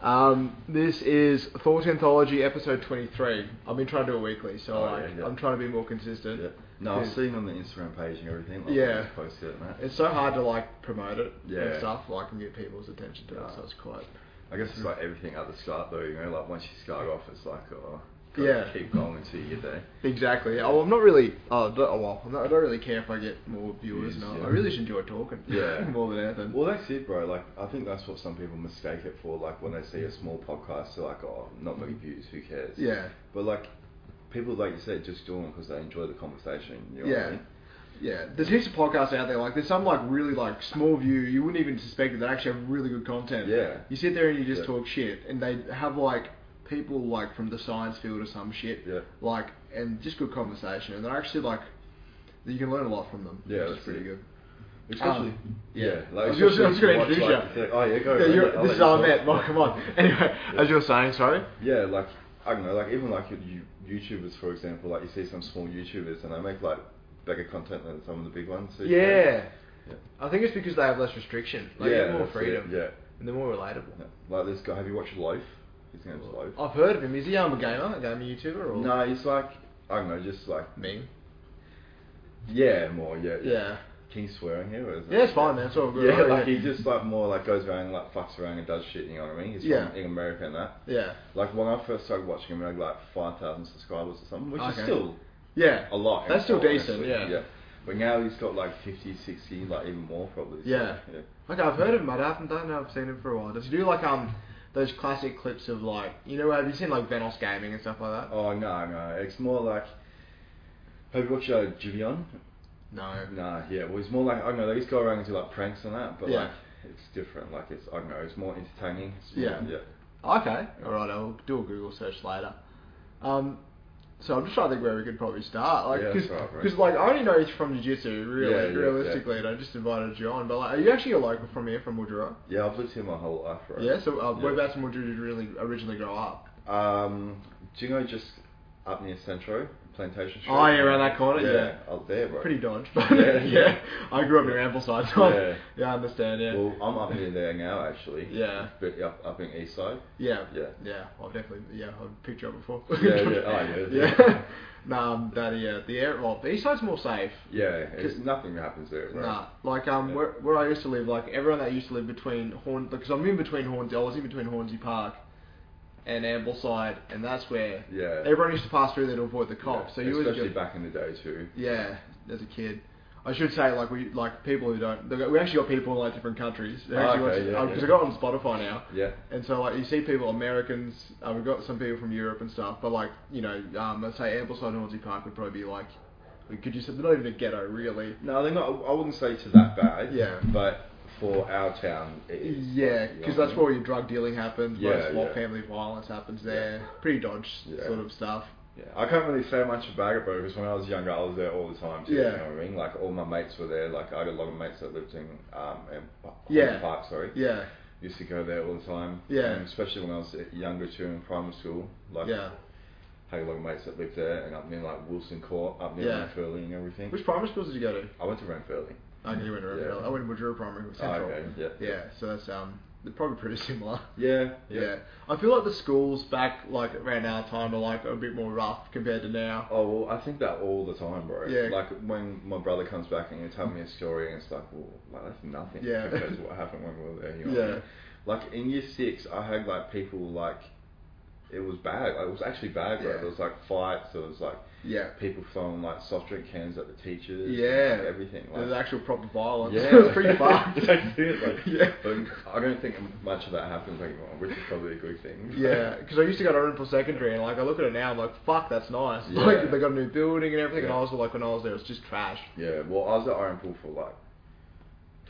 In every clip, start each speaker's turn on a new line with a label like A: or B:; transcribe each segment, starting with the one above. A: Um, This is Thought Anthology episode 23. I've been trying to do a weekly, so
B: Oh,
A: like,
B: yeah, yeah.
A: I'm trying to be more consistent.
B: Yeah. No, I've
A: Yeah.
B: seen on the Instagram page and everything. Like,
A: Yeah.
B: yeah. Posted it, mate.
A: It's so hard to like promote it and
B: Yeah.
A: stuff, like and get people's attention to it. So it's quite.
B: I guess it's like everything at the start though, you know, like once you start off, it's like, oh, gotta
A: Yeah.
B: keep going until you get there.
A: Exactly. Oh, I'm not really. Oh, I don't- oh, well, I'm not, I don't really care if I get more viewers.
B: Views,
A: No,
B: yeah.
A: I really just enjoy talking.
B: Yeah.
A: more than anything.
B: Well, that's it, bro. Like, I think that's what some people mistake it for. Like, when they see a small podcast, they're like, oh, not many views, who cares?
A: yeah.
B: But, like, people, like you said, just do them because they enjoy the conversation. You know
A: Yeah.
B: What I mean?
A: Yeah, there's heaps of podcasts out there. Like, there's some like really like small view. You wouldn't even suspect that they actually have really good content.
B: Yeah.
A: You sit there and you just
B: Yeah.
A: talk shit, and they have like people like from the science field or some shit.
B: Yeah.
A: Like, and just good conversation, and they're actually like, you can learn a lot from them.
B: Yeah,
A: which is
B: that's
A: pretty
B: it.
A: good.
B: Especially.
A: Um,
B: yeah.
A: I was just- I was
B: especially if
A: gonna
B: watch,
A: introduce
B: like,
A: you.
B: the- Oh, yeah, go.
A: yeah,
B: I'll
A: you're,
B: let- I'll
A: this
B: let
A: is
B: you
A: how I
B: talk.
A: met. Well, come on. Anyway,
B: Yeah.
A: as you were saying, sorry.
B: Yeah, like I don't know, like even like your you- YouTubers, for example, like you see some small YouTubers and they make like bigger content than some of the big ones. so you can-
A: Yeah.
B: Yeah.
A: I think it's because they have less restriction. Like, you
B: yeah,
A: have more
B: that's it,
A: freedom.
B: Yeah.
A: And they're more relatable.
B: yeah. Like this guy, have you watched Loaf? His name's Loaf.
A: I've heard of him. Is he um, a gamer? A gamer YouTuber? Or
B: No, he's like I don't know, just like
A: Meme?
B: yeah, more yeah.
A: Yeah.
B: Can you swearing here? Or is
A: Yeah, it's fine, man. It's all good. Oh,
B: Yeah,
A: Yeah.
B: like he just like more like goes around and like fucks around and does shit. You know what I mean? He's
A: Yeah.
B: from in America and that.
A: Yeah.
B: Like when I first started watching him, he had like five thousand subscribers or something, which
A: Okay.
B: is still
A: Yeah.
B: a lot.
A: That's still
B: honestly,
A: decent, yeah.
B: Yeah. But now he's got like 50, 60, like even more probably. so,
A: Yeah.
B: yeah.
A: Like I've heard of him, but I haven't done. I've seen him for a while. Does he do like um those classic clips of like you know have you seen like Venos gaming and stuff like that?
B: Oh no, no. It's more like. Have you watched uh, Jivion?
A: No.
B: Nah, yeah. Well, it's more like I don't know. They just go around and do like pranks and that, but
A: Yeah.
B: like it's different. Like it's I don't know. It's more entertaining. It's
A: Yeah.
B: More, yeah.
A: Okay. All right. I'll do a Google search later. Um, so I'm just trying to think where we could probably start. Like,
B: Yeah,
A: because
B: that's right, bro.
A: like I only know you from jiu-jitsu, really,
B: Yeah, yeah,
A: realistically, and I just invited you on. But like, are you actually a local from here, from Mildura?
B: Yeah, I've lived here my whole life, right?
A: Yeah. So uh,
B: Yeah.
A: whereabouts in Mildura did you really originally grow up?
B: Um, do you know just up near Centro Plantation Street?
A: Oh, yeah, around that corner, yeah.
B: Up there, bro.
A: Pretty dodge, but yeah,
B: Yeah.
A: I grew up in Rambleside, so yeah.
B: Yeah.
A: I understand. Yeah.
B: Well, I'm up near there now actually.
A: Yeah.
B: But up up in East Side.
A: Yeah.
B: Yeah.
A: Yeah. I've definitely yeah, I've picked you up before.
B: Yeah, yeah, oh, yeah.
A: yeah. nah, that yeah, the air well, the east side's more safe.
B: Yeah, it's nothing happens there, right?
A: Nah. Like um
B: Yeah.
A: where where I used to live, like everyone that used to live between Horn because I'm in between Hornsey I was in between Hornsey Park and Ambleside and that's where
B: Yeah.
A: everyone used to pass through there to avoid the
B: Yeah,
A: cops. So you always
B: especially
A: get,
B: back in the day too.
A: Yeah, as a kid. I should say, like we like people who don't. they've got- We actually got people in like different countries.
B: Oh, okay,
A: Because
B: yeah, yeah.
A: uh, I got on Spotify now.
B: Yeah.
A: And so, like, you see people, Americans, uh, we've got some people from Europe and stuff, but, like, you know, um, let's say Ambleside and Hornsey Park would probably be, like, we could you say, they're not even a ghetto, really.
B: No, they're not. I wouldn't say to that bad.
A: Yeah.
B: But for our town, it is.
A: Yeah,
B: You know
A: because
B: what I
A: that's
B: mean?
A: where your drug dealing happens, yeah,
B: Yeah,
A: most lot
B: yeah.
A: family violence happens
B: Yeah.
A: there, pretty dodge
B: Yeah.
A: sort of stuff.
B: Yeah. I can't really say much about it, bro, because when I was younger, I was there all the time too.
A: Yeah.
B: You know what I mean? Like all my mates were there. Like I got a lot of mates that lived in um in Ho-
A: Yeah.
B: Park. Sorry.
A: Yeah,
B: Used to go there all the time.
A: Yeah.
B: And especially when I was younger too in primary school. Like
A: yeah.
B: had a lot of mates that lived there, and up near like Wilson Court, up near
A: Yeah.
B: Ranfurly and everything.
A: Which primary schools did you go to?
B: I went to Ranfurly.
A: I knew you went to Riverdale.
B: Yeah.
A: I went to Mildura Primary,
B: Oh,
A: Central.
B: okay. Yeah.
A: Yeah, so that's, um, they're probably pretty similar.
B: Yeah.
A: Yeah. I feel like the schools back, like, around our time are, like, a bit more rough compared to now.
B: Oh well, I think that all the time, bro.
A: Yeah.
B: Like when my brother comes back and he tell me a story, and it's like, well, like that's nothing
A: Yeah.
B: compared to what happened when we were there. You know what I
A: Yeah.
B: mean? Like in year six, I had like people like, it was bad. Like, it was actually bad, bro.
A: Yeah.
B: There was like fights. There was like
A: Yeah.
B: people throwing like soft drink cans at the teachers. and,
A: Yeah.
B: like, everything. Like,
A: There's actual proper violence.
B: Yeah.
A: it's pretty fucked.
B: That's it, like,
A: yeah.
B: But I don't think much of that happens anymore, which is probably a good thing.
A: Yeah, because I used to go to Orinpool Secondary, and like I look at it now, I'm like, fuck, that's nice.
B: Yeah.
A: Like they got a new building and everything, and
B: Yeah.
A: I was like, when I was there, it's just trash.
B: Yeah, well, I was at Iron Pool for like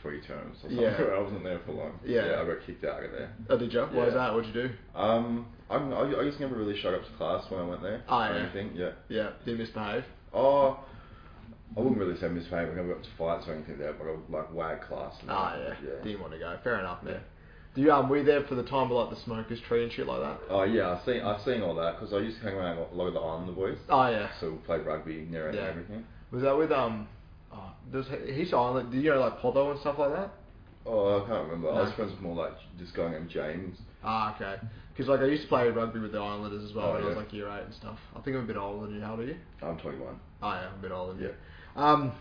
B: three terms or something.
A: Yeah.
B: I wasn't there for long.
A: Yeah.
B: I got kicked out of there.
A: Oh, did you? Why is
B: Yeah.
A: that? What'd you do?
B: Um, I'm, I, I just never really showed up to class when I went there.
A: Oh,
B: or
A: yeah.
B: anything, yeah.
A: Yeah, did you misbehave?
B: Oh, I wouldn't really say misbehave. I never got to fights or anything there, but I would like wag class. and
A: Ah, yeah.
B: that,
A: Didn't want to go. Fair enough, man.
B: Yeah.
A: Do you um, were you there for the time of like the smokers tree and shit like that?
B: Oh, yeah, I've seen, I've seen all that because I used to hang around a lot of the Islander boys.
A: Oh yeah.
B: So we played rugby near it
A: Yeah.
B: and everything.
A: Was that with um, oh, there's he's island. Did you know like Podo and stuff like that?
B: Oh, I can't remember. I was
A: No.
B: friends with more like just going named James.
A: Ah, okay. Because like I used to play rugby with the Islanders as well
B: Oh,
A: when I was
B: yeah.
A: like year eight and stuff. I think I'm a bit older than you. How old are you?
B: I'm 21.
A: Oh, yeah, I'm a bit older than
B: Yeah.
A: you. Um.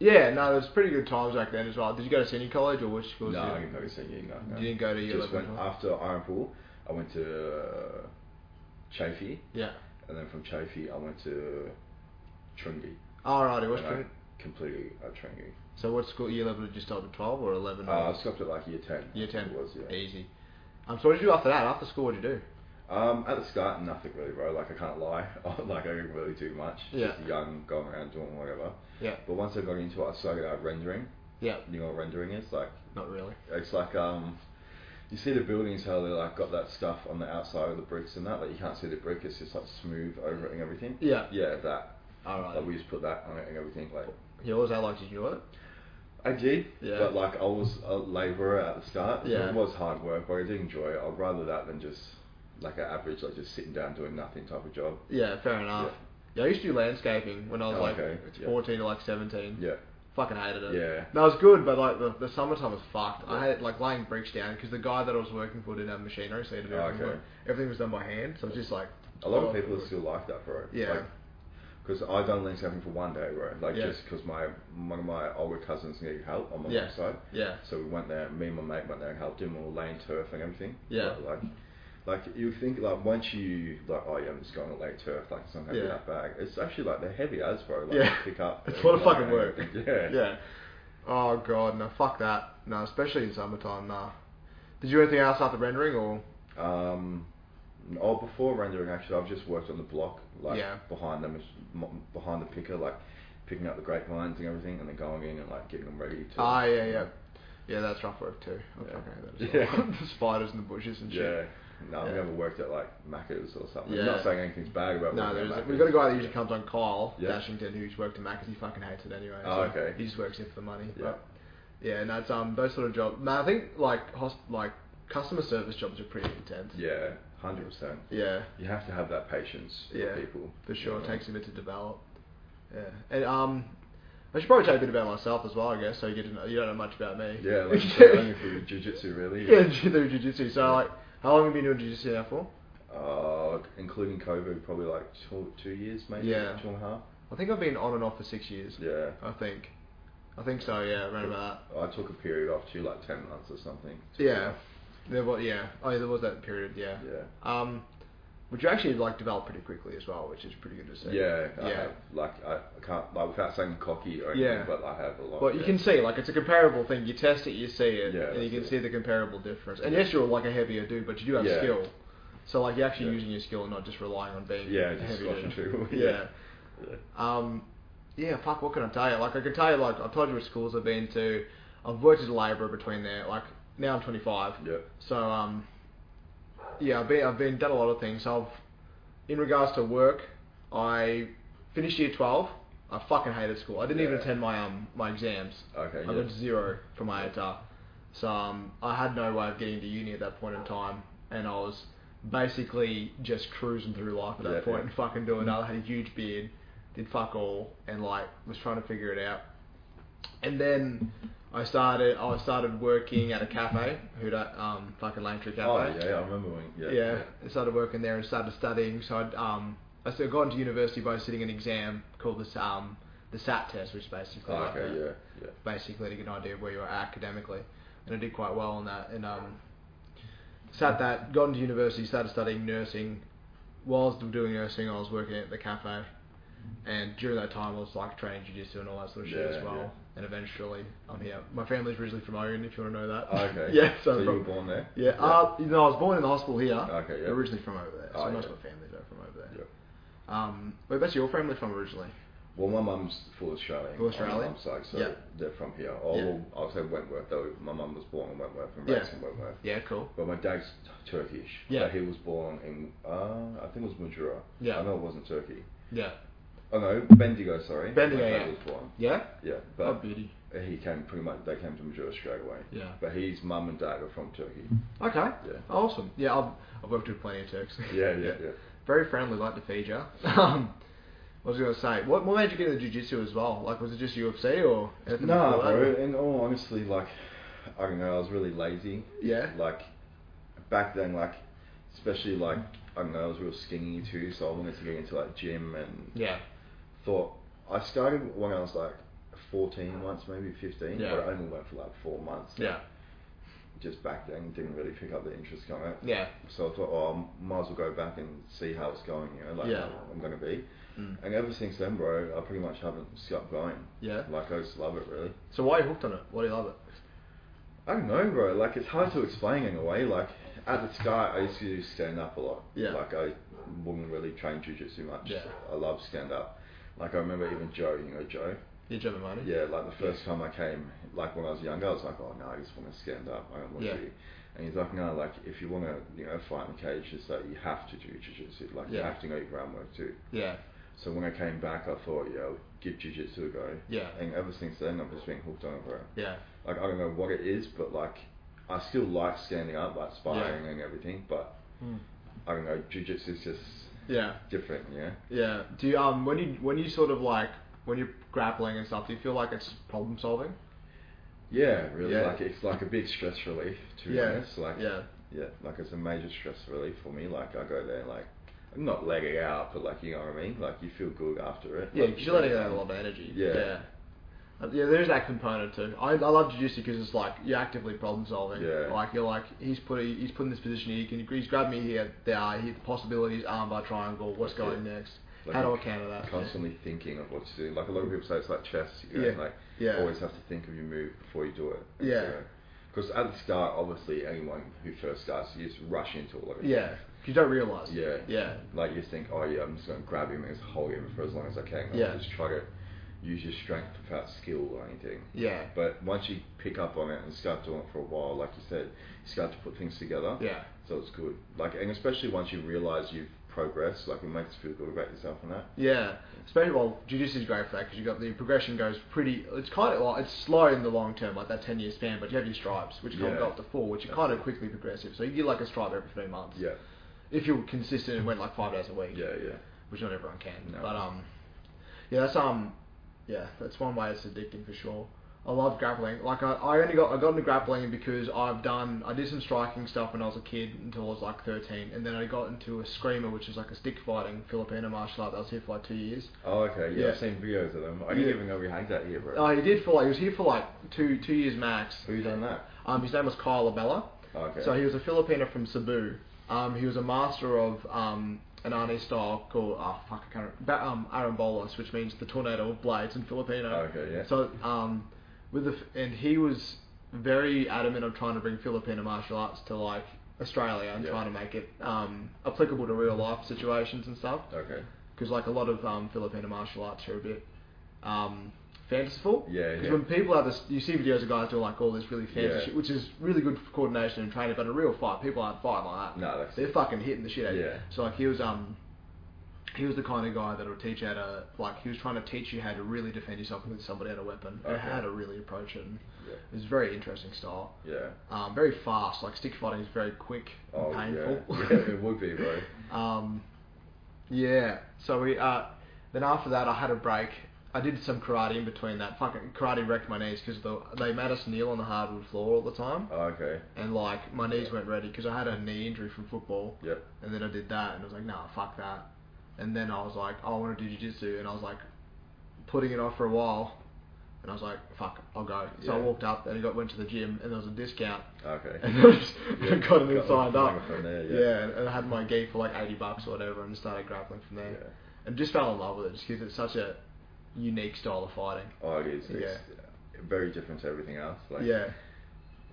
A: Yeah, no, there's pretty good times back then as well. Did you go to senior college or which
B: No,
A: schools? did
B: I
A: you?
B: didn't go to senior. No, no.
A: You didn't go to year
B: Just
A: 11
B: went
A: huh?
B: after Iron Pool. I went to uh, Chafee,
A: Yeah.
B: and then from Chafee I went to Trinity.
A: Alrighty, what's
B: And I
A: pretty...
B: Completely at Trinity.
A: So what school, year 11 did you start at 12 or 11?
B: Uh,
A: or
B: I stopped at like year 10.
A: year 10?
B: It was, yeah.
A: Easy. Um, so what did you do after that? After school, what did you do?
B: Um, at the start, nothing really, bro. Like, I can't lie. like, I didn't really do much.
A: Yeah.
B: Just young, going around doing whatever.
A: Yeah.
B: But once I got into it, I started out rendering.
A: Yeah.
B: You know what rendering is? Like,
A: Not really.
B: it's like, um, you see the buildings, how they like got that stuff on the outside of the bricks and that. Like, you can't see the brick, it's just like smooth over it and everything.
A: Yeah.
B: Yeah, that.
A: Alright.
B: Like, we just put that on it and everything. Like,
A: You always had like to do it?
B: I did,
A: Yeah.
B: but like I was a labourer at the start.
A: Yeah.
B: It was hard work, but I did enjoy it. I'd rather that than just like an average, like just sitting down doing nothing type of job.
A: Yeah, fair enough. Yeah. I used to do landscaping when I was
B: Oh,
A: like
B: okay. Yeah.
A: 14 to like 17.
B: Yeah.
A: Fucking hated it.
B: Yeah.
A: No, it was good, but like the, the summertime was fucked. I
B: Yeah.
A: had like laying bricks down because the guy that I was working for didn't have machinery, so he did
B: Oh,
A: everything.
B: okay.
A: Everything was done by hand, so it's just like
B: A lot
A: Oh,
B: of people
A: good.
B: are still like that, bro.
A: Yeah.
B: because I done landscaping for one day, bro. Like
A: Yeah.
B: just 'cause my one of my older cousins needed help on my
A: Yeah.
B: mom's side,
A: yeah,
B: so we went there. Me and my mate went there and helped him. We were laying turf and everything.
A: Yeah.
B: Like, like, like, you think like once you like oh yeah I'm just going to lay turf like it's not gonna
A: Yeah.
B: be that bad. It's actually like they're heavy as bro. Like
A: Yeah.
B: pick up.
A: It's
B: and,
A: what a
B: like,
A: fucking
B: and
A: work.
B: everything.
A: yeah, Oh god, no, fuck that. No, especially in summertime. Nah. Did you do anything else after rendering or?
B: Um, oh, before rendering, actually, I've just worked on the block, like
A: Yeah.
B: behind the mach- m- behind the picker, like picking up the grapevines and everything, and then going in and like getting them ready to.
A: Ah, yeah, yeah. Yeah, that's rough work too. I
B: Yeah.
A: fucking hate that as
B: Yeah.
A: well. the spiders in the bushes and shit.
B: Yeah. No, I've
A: Yeah.
B: never worked at like Macca's or something.
A: Yeah.
B: I'm not saying anything's bad about.
A: No,
B: working
A: there's
B: at
A: we've got
B: Macca's.
A: a guy that usually comes on, Kyle
B: Yeah.
A: Dashington, who's worked in Macca's. He fucking hates it anyway.
B: Oh,
A: so
B: okay.
A: He just works there for the money.
B: Yeah.
A: But yeah, and that's um those sort of jobs. Man, I think like host like customer service jobs are pretty intense.
B: Yeah, hundred percent.
A: Yeah,
B: You have to have that patience
A: Yeah,
B: for people.
A: for sure.
B: Yeah.
A: It takes a bit to develop. Yeah, and um, I should probably tell you a bit about myself as well, I guess. So you get to know you don't know much about me.
B: Yeah, like
A: yeah,
B: only for jujitsu, really.
A: yeah, through jujitsu. So like, how long have you been doing jujitsu now for?
B: Uh, including COVID, probably like two, two years, maybe
A: Yeah.
B: two and a half.
A: I think I've been on and off for six years.
B: Yeah.
A: I think, I think so. Yeah, around about that.
B: I took a period off too, like ten months or something.
A: Yeah, there was yeah. Oh, yeah, there was that period. Yeah.
B: Yeah.
A: Um, which you actually like developed pretty quickly as well, which is pretty good to see.
B: Yeah, I
A: Yeah.
B: have, like I I can't like without saying cocky or anything,
A: Yeah.
B: but I have a lot.
A: But you
B: yeah.
A: can see, like, it's a comparable thing. You test it, you see it,
B: Yeah,
A: and you
B: that's
A: can
B: it.
A: see the comparable difference. And yes, you're like a heavier dude, but you do have
B: Yeah.
A: skill. So like, you're actually
B: Yeah.
A: using your skill and not just relying on being
B: Yeah,
A: a
B: just
A: heavy
B: squashing
A: dude.
B: people.
A: yeah.
B: Yeah. Yeah.
A: Um, yeah, fuck, what can I tell you? Like, I can tell you, like, I've told you what schools I've been to. I've worked as a labourer between there. Like, now I'm 25.
B: Yeah.
A: So, um, yeah, I've been, I've been, done a lot of things. I've, in regards to work, I finished year 12. I fucking hated school. I didn't even
B: Yeah.
A: attend my, um, my exams.
B: Okay.
A: I
B: Yeah.
A: got zero for my ATAR. So um, I had no way of getting to uni at that point in time, and I was basically just cruising through life at that
B: Yeah,
A: point
B: yeah.
A: and fucking doing. I had a huge beard, did fuck all, and like was trying to figure it out. And then I started. I started working at a cafe, who um fucking Langtree Cafe.
B: Oh yeah, yeah, I remember when. Yeah.
A: Yeah, I started working there and started studying. So I'd, um, I still got into university by sitting an exam called the um the SAT test, which is basically
B: Oh,
A: like a-
B: okay. Yeah. Yeah.
A: basically to get an idea of where you are academically. And I did quite well on that. And um, sat that, got into university, started studying nursing. Whilst I was doing nursing, I was working at the cafe. And during that time, I was like training jujitsu and all that sort of shit
B: Yeah,
A: as well.
B: yeah.
A: And eventually, I'm here. My family's originally from Ogun, if you want to know that.
B: Oh, okay.
A: yeah, so,
B: So, you
A: from-
B: were born there.
A: yeah, Uh, you know, I was born in the hospital here.
B: Okay, yeah.
A: Originally from over there. So
B: Oh,
A: most
B: yeah.
A: of my family's are from over there.
B: Yeah.
A: Um, wait, that's your family from originally?
B: Well, my mum's full Australian.
A: Full
B: on my
A: Australian?
B: mum's side, so
A: Yeah.
B: they're from here. Oh,
A: Yeah.
B: well, I'll say Wentworth though. My mum was born in Wentworth and
A: Yeah.
B: raised in Wentworth.
A: Yeah, cool.
B: But my dad's Turkish.
A: Yeah.
B: But he was born in uh, I think it was Mildura.
A: Yeah.
B: I know it wasn't Turkey.
A: Yeah.
B: Oh no, Bendigo. Sorry.
A: Bendigo,
B: My dad
A: yeah.
B: was born.
A: Yeah?
B: Yeah,
A: oh,
B: but
A: beauty.
B: he came pretty much. They came to Madura straight away.
A: Yeah. Mm.
B: But his mum and dad are from Turkey.
A: Okay.
B: Yeah.
A: Awesome. Yeah, I've, I've worked with plenty of Turks.
B: Yeah, yeah, yeah.
A: Very friendly, like to feed you. Um, what was I going to say? What, what made you get into jiu-jitsu as well? Like, was it just UFC or anything
B: Nah,
A: before that?
B: bro. In all honestly, like I don't know. I was really lazy.
A: Yeah.
B: Like back then, like especially like I don't know. I was real skinny too, so I wanted to get into like gym and
A: Yeah.
B: thought I started when I was like 14 once, maybe 15,
A: Yeah.
B: but I only went for like four months.
A: Yeah.
B: Just back then, didn't really pick up the interest from it.
A: Yeah.
B: So I thought, oh, I might as well go back and see how it's going, you know, like
A: Yeah.
B: how I'm going to be.
A: Mm.
B: And ever since then, bro, I pretty much haven't stopped going.
A: Yeah.
B: Like, I just love it, really.
A: So why are you hooked on it? Why do you love it?
B: I don't know, bro. Like, it's hard to explain in a way. Like, at the start, I used to stand up a lot.
A: Yeah.
B: Like, I wouldn't really train jujitsu much.
A: Yeah.
B: I love stand up. Like, I remember even Joe, you know, Joe.
A: Your German money?
B: Yeah, like the first time I came, like when I was younger, I was like, oh no, I just want to stand up. I don't want
A: Yeah.
B: to. And he's like, no, like if you want to, you know, fight in the cage, just that you have to do jujitsu. Like you
A: Yeah.
B: have to know your groundwork too.
A: Yeah.
B: So when I came back, I thought, yeah, I'll give jujitsu a go.
A: Yeah.
B: And ever since then, I've just been hooked on it, bro.
A: Yeah.
B: Like I don't know what it is, but like I still like standing up, like sparring and everything. But
A: Mm.
B: I don't know, jujitsu is just
A: Yeah.
B: different, you know.
A: Yeah. Do you um when you when you sort of like when you're grappling and stuff, do you feel like it's problem solving?
B: Yeah, really.
A: Yeah.
B: Like it's like a big stress relief, to be
A: Yeah.
B: honest. Like
A: yeah.
B: Yeah, like it's a major stress relief for me. Like I go there, like not let it out, but like you know what I mean. Like you feel good after it.
A: Yeah,
B: Like,
A: because you're letting out a lot of energy.
B: Yeah.
A: Yeah. Uh, Yeah, there's that component too. I, I love jujitsu because it's like you're actively problem solving.
B: Yeah.
A: Like you're like he's put he's put in this position here. He can he's grabbed me here there. He, the possibilities armbar triangle. What's
B: That's
A: going
B: it.
A: next?
B: Like,
A: How do
B: you're
A: I counter that?
B: Constantly thinking of what to do. Like a lot of people say, it's like chess. You know,
A: Yeah.
B: like
A: Yeah.
B: always have to think of your move before you do it.
A: Yeah.
B: Because at the start, obviously, anyone who first starts, you just rush into it. Like,
A: Yeah. 'Cause you don't realize.
B: Yeah.
A: Yeah.
B: Like you just think, oh yeah, I'm just gonna grab him and just hold him for as long as I can. I'll
A: Yeah.
B: Just try to use your strength without skill or anything.
A: Yeah.
B: But once you pick up on it and start doing it for a while, like you said, you start to put things together.
A: Yeah.
B: So it's good. Like, and especially once you realize you've progressed, like it makes you feel good about yourself and that.
A: Yeah, especially well, jujitsu is great for that because you got the progression goes pretty. It's kind of like it's slow in the long term, like that ten year span, but you have your stripes, which kind of
B: Yeah.
A: go up to four, which are
B: That's
A: kind of
B: it.
A: quickly progressive. So you get like a stripe every three months
B: Yeah.
A: if you're consistent and went like five days a week,
B: Yeah. Yeah.
A: which not everyone can.
B: No.
A: But um, yeah, that's um, yeah, that's one way it's addicting for sure. I love grappling. Like I, I only got I got into grappling because I've done I did some striking stuff when I was a kid until I was like thirteen, and then I got into a screamer, which is like a stick fighting Filipino martial art that I was here for like two years.
B: Oh, okay. Yeah,
A: Yeah.
B: I've seen videos of them. I didn't
A: Yeah.
B: even know we had that here, bro.
A: Oh, he did for like he was here for like two two years max.
B: Who done that?
A: Um, his name was Kyle Labella.
B: Okay.
A: So he was a Filipino from Cebu. Um, he was a master of um, an Arnie style called oh fuck I can't remember, ba- um, Arambolas, which means the tornado of blades in Filipino.
B: Okay. Yeah.
A: So um, with the f- and he was very adamant of trying to bring Filipino martial arts to like Australia and
B: Yeah.
A: trying to make it um, applicable to real life situations and stuff.
B: okay.
A: Because like a lot of um, Filipino martial arts are a bit um, fanciful.
B: Yeah.
A: Because
B: Yeah.
A: when people have this, you see videos of guys doing like all this really fancy
B: Yeah.
A: shit, which is really good for coordination and training, but in a real fight, people aren't fighting like that.
B: No, that's
A: They're fucking hitting the shit out of you.
B: Yeah.
A: So like he was um, he was the kind of guy that would teach you how to like he was trying to teach you how to really defend yourself against somebody had a weapon and
B: Okay.
A: how to really approach it. And
B: Yeah.
A: it was a very interesting style,
B: Yeah.
A: um, very fast. Like stick fighting is very quick, and
B: Oh,
A: painful.
B: yeah. yeah. It would be, bro.
A: Um, yeah. So we uh, then after that I had a break. I did some karate in between that. Fucking karate wrecked my knees because the, they made us kneel on the hardwood floor all the time,
B: Oh, okay.
A: and like my knees weren't ready because I had a knee injury from football,
B: Yep.
A: and then I did that and I was like, nah, fuck that. And then I was like, oh, I want to do jiu-jitsu, and I was like, putting it off for a while, and I was like, fuck, I'll go. So I
B: Yeah.
A: walked up and I got went to the gym, and there was a discount,
B: Okay.
A: and I just
B: Yeah,
A: got it
B: got
A: signed
B: one
A: up.
B: from there,
A: yeah.
B: yeah.
A: and I had my gi for like 80 bucks or whatever and started grappling from
B: Yeah.
A: there. And just fell in love with it just because it's such a unique style of fighting.
B: Oh, it is. It's
A: Yeah.
B: very different to everything else. Like,
A: yeah,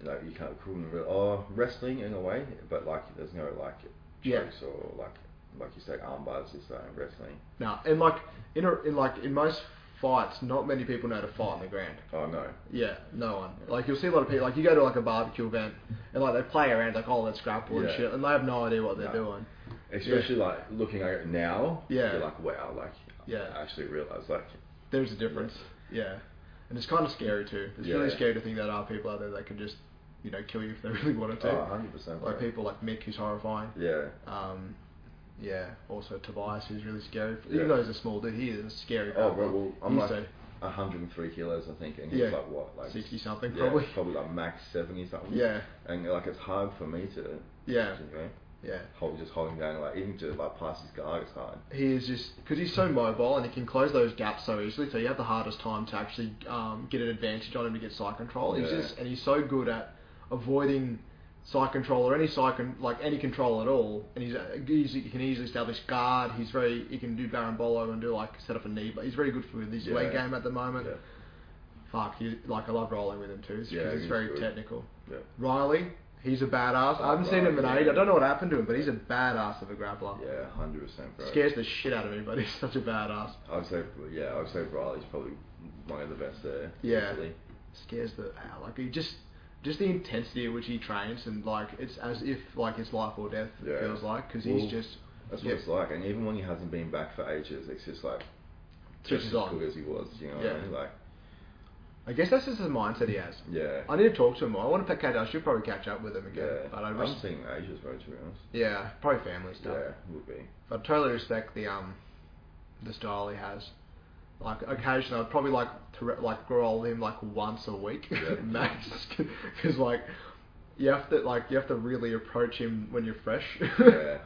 B: like you can't call them real, oh wrestling in a way, but like there's no like
A: Yeah.
B: jokes or like like you say arm bars is like wrestling.
A: no, and like in, a, in like in most fights, not many people know how to fight on the ground.
B: Oh no,
A: Yeah, no one. Like you'll see a lot of people. Like you go to like a barbecue event and like they play around like oh let's grapple and
B: Yeah.
A: shit, and they have no idea what they're
B: No.
A: doing.
B: especially like looking at it now.
A: Yeah.
B: you're like wow, like
A: Yeah.
B: I actually realize like
A: There's a difference. Yeah, and it's kind of scary too. It's really
B: Yeah.
A: scary to think that there are people out there that can just you know kill you if they really wanted to.
B: oh, 100 percent.
A: like people like Mick, who's horrifying.
B: Yeah,
A: Um, yeah, also Tobias, who's really scary.
B: Yeah.
A: Even though he's a small dude, he is a scary.
B: Oh,
A: guy.
B: bro, well, I'm
A: He's
B: like-
A: so-
B: 103 kilos, I think, and he's
A: Yeah.
B: like what, like
A: 60 something,
B: yeah,
A: probably.
B: probably like max 70 something.
A: Yeah,
B: And like it's hard for me to,
A: yeah,
B: you know,
A: yeah.
B: hold just holding down like even to like pass this guard, it's hard.
A: He is just because he's so mobile and he can close those gaps so easily. So you have the hardest time to actually um, get an advantage on him to get side control. He's
B: Yeah.
A: just and he's so good at avoiding side control or any side con- like any control at all. And he's, uh, he's he can easily establish guard. He's very he can do Baron Bolo and do like set up a knee. But he's very good for his
B: Yeah.
A: leg game at the moment.
B: Yeah.
A: Fuck, he, like I love rolling with him too. It's
B: Yeah,
A: 'cause he's
B: he's
A: very
B: good.
A: technical.
B: Yeah.
A: Riley, he's a badass. I haven't seen him in
B: Riley,
A: eight. I don't know what
B: yeah.
A: happened to him, but he's a badass of a grappler.
B: Yeah, 100%, bro.
A: Scares the shit out of me, but he's such a badass.
B: I'd say, yeah, I'd say Riley's probably one of the best there.
A: Yeah.
B: easily.
A: Scares the out. Like he just, just the intensity at which he trains and like it's as if like it's life or death. It
B: Yeah.
A: feels like because
B: Well,
A: he's just
B: That's what
A: Yeah.
B: it's like. And even when he hasn't been back for ages, it's just like
A: switches
B: just as
A: on.
B: good as he was. You know what
A: Yeah.
B: I mean? Like,
A: I guess that's just the mindset he has.
B: yeah.
A: I need to talk to him. more. I want to pick catch. I should probably catch up with him again.
B: yeah.
A: But I
B: I
A: wish,
B: haven't seen him in ages, bro, to be honest.
A: yeah, probably family stuff.
B: Yeah, would be.
A: I totally respect the um the style he has. Like occasionally, I'd probably like to re- like roll him like once a week
B: Yeah.
A: max, because like you have to like you have to really approach him when you're fresh.
B: Yeah, 100%.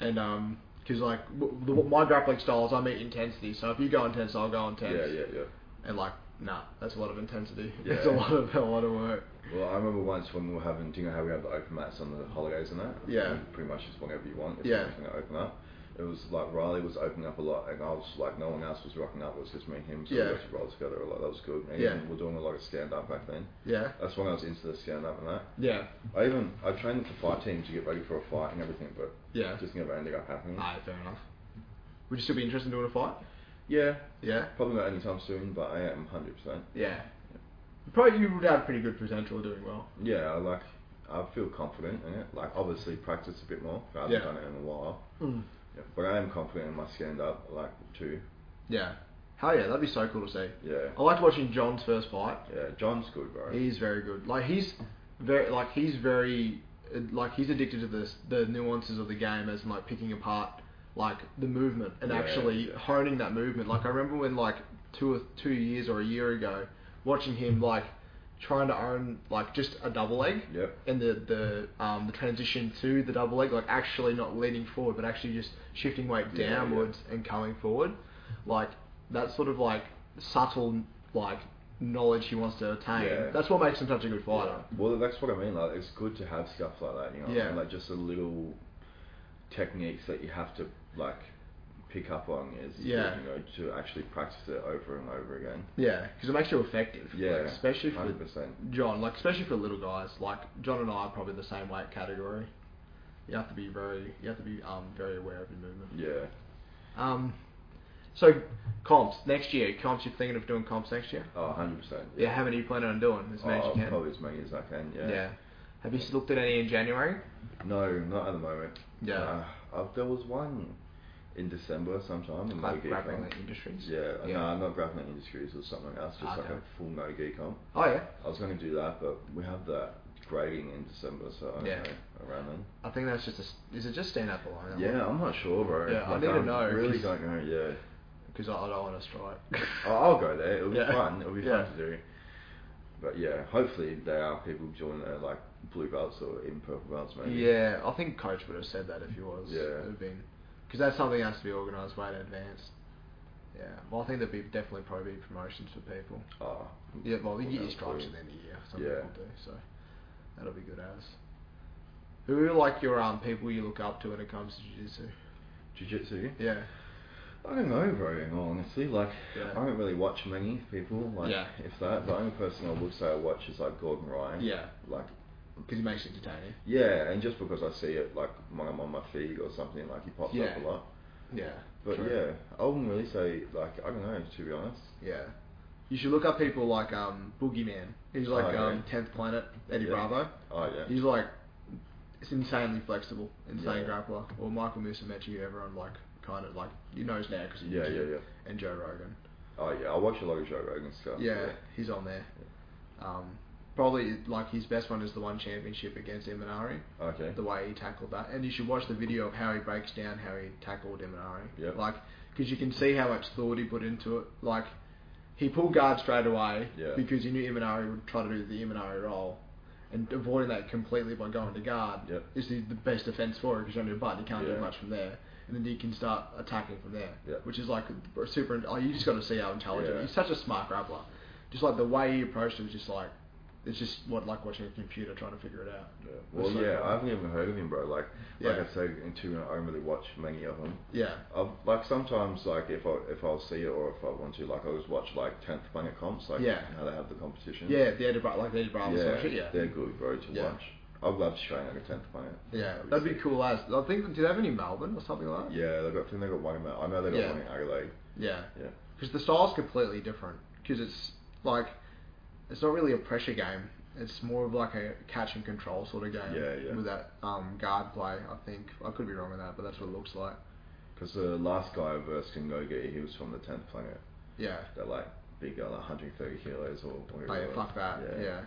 A: and um, because like w- the, my grappling styles, I'm at intensity. So if you go intense, I'll go
B: Yeah,
A: intense.
B: yeah, yeah.
A: And like, nah, that's a lot of intensity.
B: Yeah.
A: It's a lot of a lot of work.
B: Well, I remember once when we were having, do you know how we have the open mats on the holidays and that?
A: Yeah.
B: You pretty much just whatever you want. If
A: Yeah.
B: You're going to open up. It was like Riley was opening up a lot, and I was like, no one else was rocking up. It was just me and him. So
A: Yeah.
B: we actually rolled together a lot. That was good. And
A: Yeah.
B: even we were doing a lot of stand up back then.
A: Yeah.
B: That's when I was into the stand up and that.
A: Yeah.
B: I even I trained with the fight team to get ready for a fight and everything, but
A: Yeah.
B: it just never ended up happening.
A: Alright, fair enough. Would you still be interested in doing a fight?
B: Yeah,
A: Yeah.
B: probably not anytime soon, but I am hundred percent.
A: Yeah. Probably you would have pretty good potential doing well.
B: Yeah, I like I feel confident in it. Like obviously practice a bit more. 'cause I haven't
A: Yeah.
B: done it in a while. Yeah, but I am confident in my stand up, like too.
A: Yeah. Hell yeah, that'd be so cool to see.
B: Yeah,
A: I liked watching John's first fight.
B: yeah. John's good, bro.
A: Oh. He's very good. Like he's very like he's very uh, like he's addicted to this the nuances of the game as in like picking apart like the movement and
B: Yeah,
A: actually
B: yeah.
A: honing that movement. Like I remember when like two or two years or a year ago watching him like trying to own like just a double leg
B: Yep.
A: and the the um, the transition to the double leg, like actually not leaning forward, but actually just shifting weight
B: Yeah, yeah.
A: downwards and coming forward, like that sort of like subtle like knowledge he wants to attain.
B: Yeah.
A: That's what makes him such a good fighter.
B: Yeah. Well, that's what I mean. Like it's good to have stuff like that. You know, what I
A: Yeah.
B: mean? like just the little techniques that you have to like pick up on is good,
A: Yeah.
B: you know to actually practice it over and over again.
A: Yeah, because it makes you effective. like,
B: Yeah,
A: especially for
B: hundred percent.
A: John, like especially for little guys. Like John and I are probably the same weight category. You have to be very, you have to be um very aware of your movement.
B: Yeah.
A: Um, so comps next year. Comps, you're thinking of doing comps next year?
B: Oh, 100 percent.
A: Yeah, how many are you planning on doing? As many as
B: oh,
A: you can.
B: probably as many as I can. Yeah.
A: Have you looked at any in January?
B: No, not at the moment.
A: Yeah.
B: Uh, uh, there was one in December sometime. in
A: like
B: no-gi
A: grappling
B: comp.
A: the industries.
B: Yeah,
A: Yeah.
B: no, not grappling industries or something else. Just like
A: Okay.
B: a full no gi comp.
A: Oh yeah.
B: I was going to do that, but we have that grading in December, so I don't
A: Yeah.
B: know around then.
A: I think that's just a. s- Is it just stand up alone?
B: Yeah, I'm not sure, bro.
A: Yeah, I
B: Like,
A: need to know,
B: Really
A: 'cause-
B: don't know. Yeah.
A: Because I, I don't want to strike.
B: I- I'll go there. It'll be
A: Yeah.
B: fun. It'll be
A: Yeah.
B: fun to do. But yeah, hopefully there are people joining that are like blue belts or even purple belts maybe.
A: yeah, I think coach would have said that if he was.
B: Yeah.
A: It would have been. Because that's something that has to be organised way in advance. Yeah. Well, I think there'd be definitely probably be promotions for people.
B: Oh.
A: Yeah. Well, you get your
B: that's
A: stripes
B: cool.
A: at the end of the year. Some
B: Yeah.
A: people do. So that'll be good as. Who are like your um people you look up to when it comes to jiu jitsu?
B: Jiu-jitsu?
A: Yeah.
B: I don't know, bro, in all honesty. Like,
A: Yeah.
B: I don't really watch many people, like,
A: Yeah.
B: if that. The only person I would say I watch is, like, Gordon Ryan.
A: Yeah.
B: Like,
A: Because it makes it entertaining.
B: yeah, and just because I see it, like, when I'm on my feed or something, like, he pops
A: Yeah.
B: up a lot.
A: Yeah.
B: But
A: true.
B: yeah, I wouldn't really say, like, I don't know, to be honest.
A: Yeah. You should look up people like um, Boogeyman. He's like
B: Oh, yeah.
A: um, 10th Planet, Eddie
B: Yeah.
A: Bravo.
B: Oh, yeah.
A: He's like, it's insanely flexible, insane
B: Yeah.
A: grappler. Or Michael Musumeci, who everyone like, kind of like, he knows now because he
B: Yeah, yeah, yeah.
A: And Joe Rogan.
B: Oh, yeah, I watch a lot of Joe Rogan stuff.
A: Yeah, he's on there. Um, probably like his best one is the one championship against Imanari,
B: Okay.
A: the way he tackled that. And you should watch the video of how he breaks down how he tackled Imanari.
B: Yep.
A: Like, because you can see how much thought he put into it. Like, He pulled guard straight away
B: Yeah.
A: because he knew Imanari would try to do the Imanari role, and avoiding that completely by going to guard
B: Yep.
A: is the, the best defense for it because you don't need a button, you can't
B: Yeah.
A: do much from there, and then you can start attacking from there,
B: Yeah.
A: which is like a super. Oh, you just got to see how intelligent.
B: Yeah.
A: He's such a smart grappler. Just like the way he approached it was just like it's just what like watching a computer trying to figure it out.
B: Yeah. Well,
A: That's so
B: yeah,
A: cool.
B: I haven't even heard of him, bro. Like,
A: Yeah.
B: like I say, in two, I don't really watch many of them.
A: Yeah,
B: I've, like sometimes, like if I if I'll see it or if I want to, like I always watch like tenth planet comps, like
A: Yeah.
B: how they have the competition.
A: yeah, the Eddie Bra- like the Eddie Bravo sort
B: yeah,
A: of shit. Yeah,
B: they're good, bro, to
A: Yeah.
B: watch. I'd love to train like a tenth planet.
A: yeah, that'd be cool. As I think, do they have any in Melbourne or something like that?
B: Yeah, they got. I think they got one in. Mel- I know they got
A: Yeah.
B: one in Adelaide.
A: Yeah.
B: Yeah.
A: Because the style's completely different. Because it's like, it's not really a pressure game. It's more of like a catch and control sort of game.
B: Yeah, yeah.
A: With that um, guard play, I think I could be wrong with that, but that's what it looks like.
B: Because the last guy I versed in Nogi, he was from the tenth planet.
A: Yeah.
B: They're like big, like 130 kilos or
A: Oh,
B: whatever.
A: yeah,
B: it was.
A: fuck that. Yeah.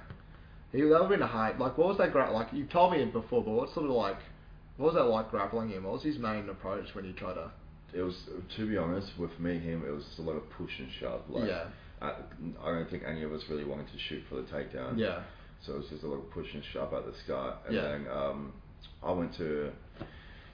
A: He, that would have been a height. Like, what was that gra- Like, you've told me it before, but what sort of like, what was that like grappling him? What was his main approach when you tried to?
B: It was, to be honest, with me and him, it was just a lot of push and shove. Like,
A: yeah.
B: I, I don't think any of us really wanted to shoot for the takedown.
A: Yeah.
B: So it was just a little push and shove at the start, and
A: Yeah.
B: then um, I went to.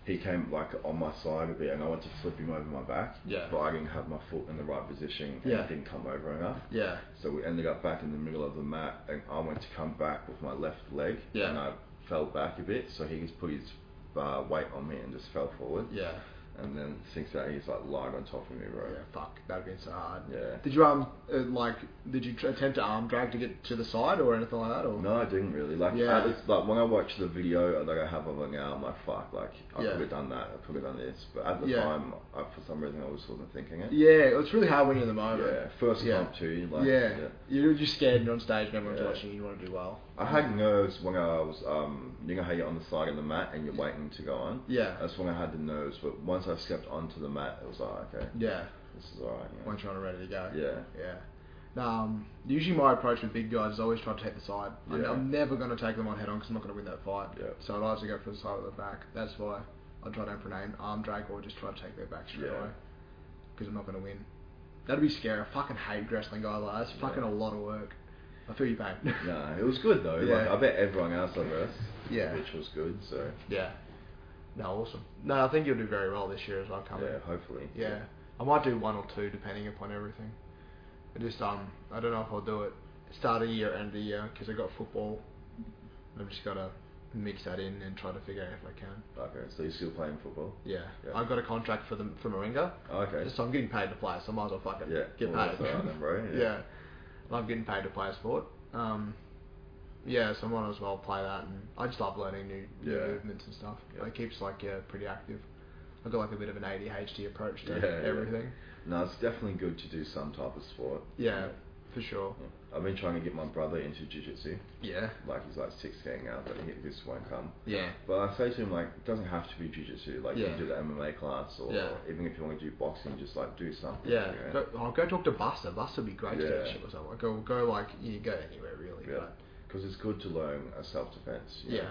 B: He came like on my side a bit, and I went to flip him over my back.
A: Yeah.
B: But I didn't have my foot in the right position, and
A: Yeah.
B: it didn't come over enough.
A: Yeah.
B: So we ended up back in the middle of the mat, and I went to come back with my left leg,
A: Yeah.
B: and I fell back a bit, so he just put his uh, weight on me and just fell forward.
A: Yeah.
B: And then since that, he's like lying on top of me, bro.
A: Yeah. Fuck. That'd been so hard.
B: yeah.
A: Did you um uh, like did you tr- attempt to arm drag to get to the side or anything like that or
B: No, I didn't really. Like,
A: Yeah.
B: at least, like when I watch the video that I have of it now, I'm like, fuck, like, I
A: Yeah.
B: could have done that, I could have done this. But at the
A: Yeah.
B: time, I, for some reason, I just wasn't thinking it.
A: Yeah, it's really hard when you're in the moment.
B: Yeah, first
A: Yeah.
B: comp too. Like,
A: yeah.
B: yeah.
A: You're just scared and you're on stage and everyone's
B: Yeah.
A: watching you, you want to do well.
B: I had nerves when I was, um, you know how you're on the side of the mat and you're
A: Yeah.
B: waiting to go on?
A: Yeah.
B: That's when I had the nerves, but once I stepped onto the mat, it was like, okay,
A: Yeah.
B: this is alright.
A: Once you're on ready to go.
B: Yeah. yeah.
A: Yeah. Now, um, usually my approach with big guys is always try to take the side. I'm,
B: Yeah.
A: I'm never going to take them on head on because I'm not going to win that fight.
B: Yeah.
A: So I'd either go for the side or the back. That's why I try to aim for an aim- arm drag or just try to take their back straight
B: Yeah.
A: away because I'm not going to win. That'd be scary. I fucking hate wrestling guys like that. It's
B: Yeah.
A: fucking a lot of work. I feel your pain.
B: No, it was good though. Like,
A: Yeah.
B: I bet everyone else I versed,
A: Yeah.
B: which was good. So
A: Yeah. No, awesome. No, I think you'll do very well this year as well, coming.
B: yeah, hopefully.
A: Yeah. I might do one or two depending upon everything. I just um I don't know if I'll do it start of year end of year because I got football. I've just gotta mix that in and try to figure out if I can.
B: Okay, uh, so you're still playing football?
A: Yeah.
B: Yeah. Oh,
A: I've got a contract for the for Moringa,
B: Okay.
A: so I'm getting paid to play. So I might as well fucking
B: Yeah,
A: get
B: well,
A: paid.
B: that's alright then, bro, yeah.
A: yeah. And I'm getting paid to play a sport. Um. Yeah, so I might as well play that, and I just love learning new, new
B: Yeah.
A: movements and stuff.
B: Yeah.
A: It keeps like yeah pretty active. I've got like a bit of an ADHD approach to
B: Yeah, yeah.
A: everything.
B: No, it's definitely good to do some type of sport.
A: Yeah, for sure.
B: I've been trying to get my brother into jiu-jitsu.
A: Yeah.
B: Like he's like 16 now, but he just won't come.
A: Yeah.
B: But I say to him like, it doesn't have to be jiu-jitsu. Like you
A: Yeah.
B: can do the MMA class, or
A: Yeah.
B: even if you want to do boxing, just like do something.
A: Yeah.
B: you
A: Go,
B: know?
A: oh, go talk to Buster. Buster would be great to
B: Yeah.
A: teach him or something. Go, go like, you go anywhere really.
B: Yeah. Because it's good to learn a self-defense.
A: But
B: you
A: yeah.
B: know?